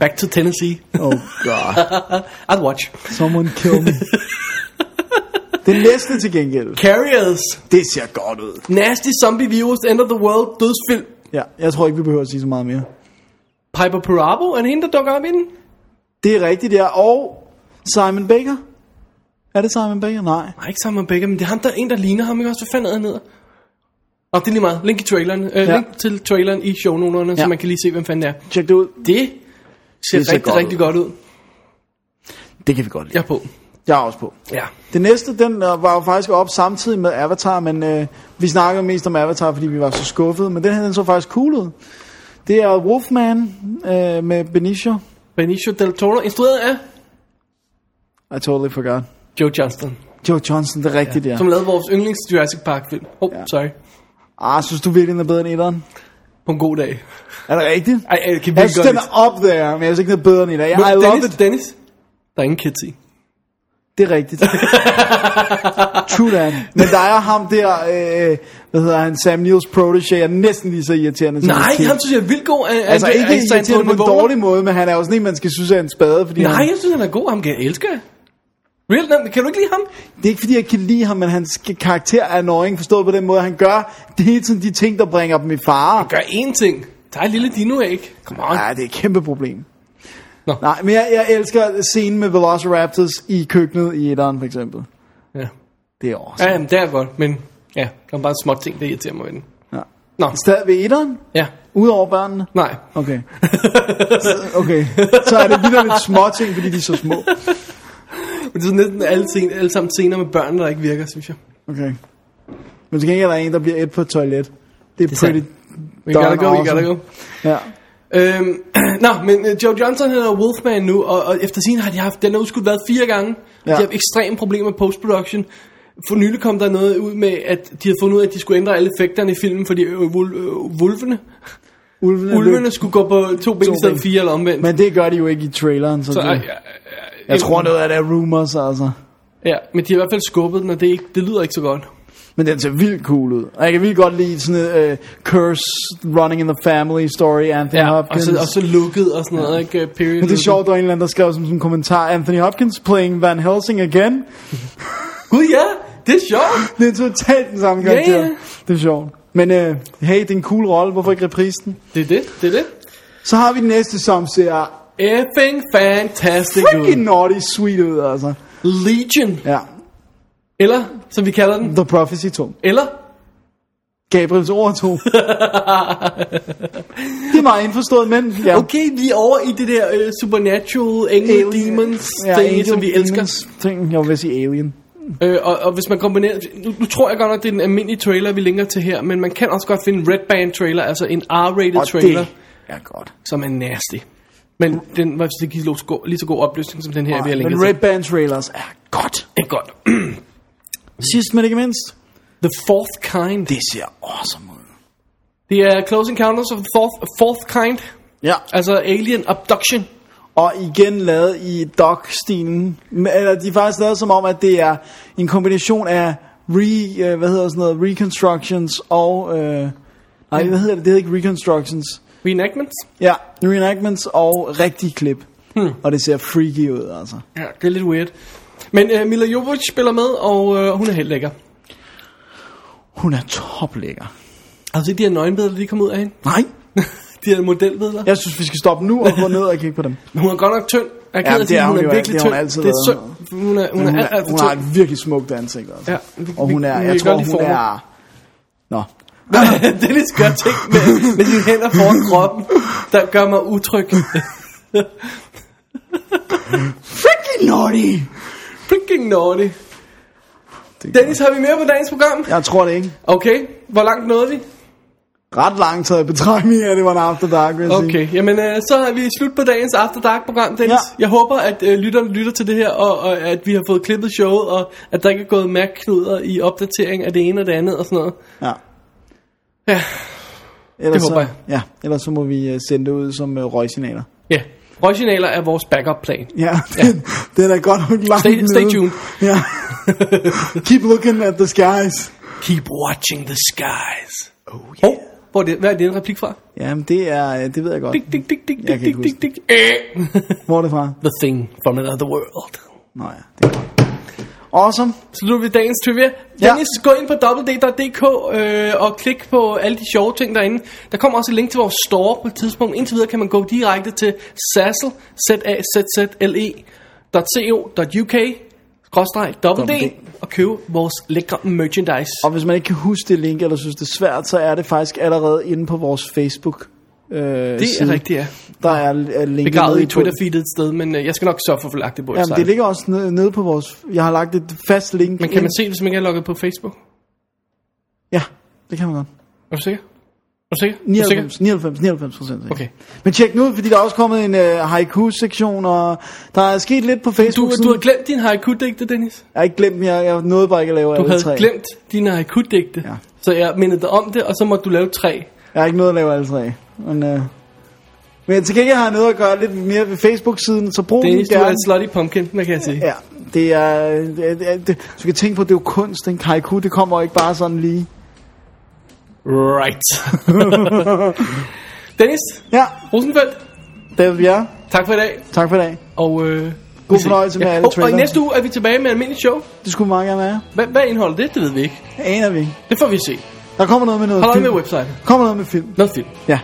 D: Back to Tennessee.
B: Oh, God.
D: I'd watch.
B: Someone kill me. det næste til gengæld,
D: Carriers.
B: det ser godt ud.
D: Nasty Zombie Virus. End of the World. Dødsfilm.
B: Ja, jeg tror ikke, vi behøver at sige så meget mere.
D: Piper Parabo. Er det hende, der dukker op i den?
B: Det er rigtigt, ja. Og Simon Baker. Er det Simon Baker? Nej.
D: Nej, ikke Simon Baker, men det er ham, der er en, der ligner ham. Ikke også? Hvad fanden er han hedder? Nå, det er lige meget. Link, i traileren, øh,
B: Ja.
D: ja. link til traileren i shownoterne, ja.
B: Ja.
D: så man kan lige se, hvem fanden det er.
B: Tjek det ud.
D: Det ser,
B: Det
D: det
B: ser
D: ser rigtig,
B: godt
D: godt rigtig
B: ud.
D: godt ud.
B: Det kan vi godt lide.
D: Jeg er på.
B: Jeg er også på.
D: Ja.
B: Det næste, den øh, var jo faktisk op samtidig med Avatar, men øh, vi snakkede mest om Avatar, fordi vi var så skuffede. Men den her, den så faktisk cool ud. Det er Wolfman øh, med Benicio.
D: Benicio Del Toro, instrueret af
B: I totally forgot.
D: Joe Johnston,
B: Joe Johnson, det er rigtigt, ja.
D: som lavede vores yndlings Jurassic Park film. Oh,
B: Ja.
D: ja. sorry.
B: Ah, synes du virkelig, den er bedre end etteren?
D: På en god dag.
B: Er det rigtigt?
D: Ej, ej, det kan
B: Jeg
D: virkelig
B: synes,
D: godt
B: den er up there, men jeg synes ikke, den er bedre end etteren. Jeg, I
D: Dennis,
B: love it.
D: Dennis, der er ingen kids i.
B: Det er rigtigt. True that. Men der er ham der, øh, hvad hedder han, Sam Neils protege, er næsten lige så irriterende som
D: Nej,
B: hans kid.
D: han synes jeg er vildt god. Er-
B: Altså
D: er-
B: ikke
D: er- er- er-
B: irriterende på en
D: niveau.
B: dårlig måde, men han er jo sådan en, man skal synes er en spade. Fordi
D: Nej,
B: Han,
D: jeg synes, han er god. Ham kan jeg elske. Real, nej, kan du ikke lide ham?
B: det er ikke fordi, jeg kan lide ham, men hans k- karakter er annoying, forstået på den måde. Han gør det hele tiden de ting, der bringer dem i fare.
D: Gør én ting. Tag et lille dinoæg. Come on.
B: Ja, det er et kæmpe problem.
D: Nå.
B: Nej, men jeg, jeg elsker scenen med Velociraptors i køkkenet i etteren, for eksempel.
D: Ja,
B: Det er også.
D: ja jamen, det er godt, men ja, der er bare små ting, der irriterer mig ved den.
B: Ja.
D: Nå,
B: Stadig ved etteren,
D: ja,
B: udover børnene.
D: nej.
B: Okay. Så- okay. Så er det vildt lidt små ting, fordi de er så små.
D: Men det er sådan næsten alle, scen- alle sammen scener med børn, der ikke virker, synes jeg.
B: Okay. Men til gengæld er der en, der bliver et på et toilet. Det er, det er
D: er
B: pretty...
D: We gotta
B: darn
D: go, we gotta
B: awesome.
D: go.
B: Ja.
D: Øhm, nå, men øh, Joe Johnson hedder Wolfman nu, og, og efter sin har de haft, den er udskudt været fire gange.
B: Ja.
D: Ja. De har haft ekstreme problemer med post-production. For nylig kom der noget ud med, at de havde fundet ud af, at de skulle ændre alle effekterne i filmen, fordi øh, vul, øh, vulvene
B: Ulvene,
D: Ulvene
B: løb-
D: skulle gå på to ben i stedet for
B: ben.
D: fire eller omvendt.
B: Men det gør de jo ikke i traileren, så, så
D: så,
B: det,
D: ej,
B: jeg,
D: ja,
B: jeg tror noget af det er rumors, altså.
D: Ja, men de har i hvert fald skubbet den, og det, er ikke, det lyder ikke så godt.
B: Men den ser vildt cool ud. Og jeg kan vildt godt lide sådan et uh, curse running in the family story, Anthony
D: Ja, og
B: Hopkins.
D: så, og så lukket og sådan noget, ikke? Øh, Period.
B: Men det er sjovt, der er en eller anden, der skrev som, som kommentar, Anthony Hopkins playing Van Helsing again.
D: Gud ja, det er sjovt.
B: Det er totalt den samme
D: Ja,
B: karakter.
D: ja.
B: Det er sjovt. Men uh, hey, det er en cool rolle, hvorfor ikke reprise den?
D: Det er det, det er det.
B: Så har vi den næste, som ser
D: Effing fantastic
B: freaking
D: ud.
B: naughty sweet ud, altså.
D: Legion,
B: Ja,
D: eller som vi kalder den,
B: The Prophecy 2.
D: eller
B: Gabriels ord 2. det er meget indforstået, men ja.
D: Okay, vi er over i det der uh, supernatural angel demons ja, ting,
B: Angel
D: som vi elsker.
B: Demons Ting, jeg vil sige Alien.
D: Øh, og, og hvis man kombinerer... Nu, nu tror jeg godt nok, det er den almindelige trailer, vi linker til her, men man kan også godt finde en Red Band trailer, altså en R-rated
B: Og
D: trailer,
B: det er godt.
D: som er nasty. Men den var ikke lige så god, lige så god opløsning, som den her, vi har linket
B: Men
D: til.
B: Red Band trailers er godt.
D: Det er godt.
B: Sidst men ikke mindst,
D: The Fourth Kind.
B: det ser awesome ud.
D: Det er Close Encounters of the Fourth, fourth Kind.
B: Ja,
D: Altså Alien Abduction.
B: og igen lavet i doc-stilen. Men- Eller de er faktisk lavet som om, at det er en kombination af re, øh, hvad hedder sådan noget, reconstructions og... Øh, nej, hvad hedder det? Det hedder ikke reconstructions.
D: Reenactments.
B: Ja, reenactments og rigtig klip. Hmm. Og det ser freaky ud, altså.
D: Ja, det er lidt weird. Men uh, Mila Jovovich spiller med, og uh, hun er helt lækker.
B: Hun er toplækker.
D: Har du set de her nøgenbilleder, der lige kom ud af hende?
B: Nej,
D: de her modelbilleder?
B: jeg synes, vi skal stoppe nu og gå ned og kigge på dem.
D: Men hun er godt nok tynd. Jeg er
B: Ja,
D: ked af
B: det
D: at sige,
B: er
D: hun er
B: hun jo
D: virkelig
B: alt-
D: tynd.
B: det har hun altid
D: det er
B: været.
D: synd. Hun er, hun er,
B: hun,
D: alt, alt
B: er,
D: for
B: hun har
D: tynd.
B: et virkelig smukt ansigt også.
D: Ja,
B: Ja,
D: vi-
B: og
D: vi-
B: hun er,
D: vi
B: jeg
D: kan
B: tror,
D: godt lide
B: hun
D: formen.
B: er... Nå.
D: det er lidt skørt ting med, med dine hænder foran kroppen, der gør mig utryg.
B: Freaking naughty!
D: Freaking naughty. Dennis, har vi mere på dagens program?
B: Jeg tror det ikke.
D: Okay, hvor langt nåede vi?
B: Ret langt taget i betragtning, at det var en after dark, vil jeg sige.
D: Okay, jamen øh, så er vi slut på dagens After Dark program, Dennis. Ja.
B: Ja.
D: Jeg håber, at øh, lytterne lytter til det her, og, og at vi har fået klippet showet, og at der ikke er gået mærkknuder i opdatering af det ene og det andet og sådan noget.
B: Ja.
D: Ja,
B: Ellers
D: Det
B: så,
D: håber jeg.
B: Ja, ellers så må vi øh, sende det ud som øh, røgsignaler.
D: ja. Røgsignaler er vores backup plan.
B: Ja, den, den er godt nok langt
D: Stay- stay
B: nede.
D: tuned.
B: Ja. Keep looking at the skies.
D: Keep watching the skies. Oh, yeah. oh hvor er det, hvad er det en replik fra?
B: Jamen, det er, øh, det ved jeg godt.
D: Dik, dik, dik, dik,
B: Jeg
D: dik,
B: kan ikke
D: dik, dik, dik. Øh.
B: Hvor er det fra?
D: the thing from another world.
B: Nå ja, det er godt. Awesome.
D: Så nu er vi dagens trivia.
B: Ja.
D: Dennis, gå ind på www.dk øh, og klik på alle de sjove ting derinde. Der kommer også et link til vores store på et tidspunkt. Indtil videre kan man gå direkte til sassel, z a z z l e .co.uk
B: Dobbelt
D: d og købe vores lækre merchandise.
B: Og hvis man ikke kan huske det link, eller synes det er svært, så er det faktisk allerede inde på vores Facebook. Øh,
D: det er rigtigt, ja.
B: Der er, er linket
D: Begravet
B: nede
D: i
B: bunden.
D: Twitter-feedet et sted, men øh, jeg skal nok sørge for at få lagt det på
B: Jamen, det ligger også nede, nede på vores... Jeg har lagt et fast link.
D: Men kan man
B: ind.
D: se det, hvis man ikke er logget på Facebook?
B: Ja, det kan man godt.
D: Er du sikker? Er du sikker? Er du sikker?
B: 99, 99, 99 procent.
D: Okay.
B: Men tjek nu ud, fordi der er også kommet en øh, haiku-sektion, og der er sket lidt på
D: Du,
B: Facebook.
D: du har glemt din haiku-digte, Dennis.
B: Jeg har ikke glemt, dem. jeg, jeg nåede bare ikke at lave
D: Du
B: alle
D: havde
B: tre.
D: glemt dine haiku-digte, ja.
B: Ja.
D: så jeg mindede dig om det, og så måtte du lave tre.
B: Jeg har ikke nået at lave alle tre. Men, øh, men til gengæld har jeg noget at gøre lidt mere ved Facebook-siden, så brug
D: Dennis,
B: den
D: du er
B: gerne.
D: en slutty pumpkin, hvad kan jeg sige?
B: Ja, det er... Det er, det er det, så kan tænke på, at det er jo kunst, en haiku, det kommer ikke bare sådan lige.
D: Right. Dennis,
B: Ja,
D: Rosenfeldt,
B: det er vi er.
D: tak for i dag,
B: Tak for i dag.
D: og... Øh,
B: God fornøjelse med alle
D: Og i
B: trailerne.
D: næste uge er vi tilbage med almindelig show.
B: Det skulle vi meget gerne være.
D: Hvad, hvad indeholder det? Det ved vi ikke.
B: Aner vi ikke.
D: Det får vi se.
B: Der kommer noget med noget
D: Hold øje
B: film.
D: med website.
B: Kommer noget med film.
D: Noget film.
B: Ja.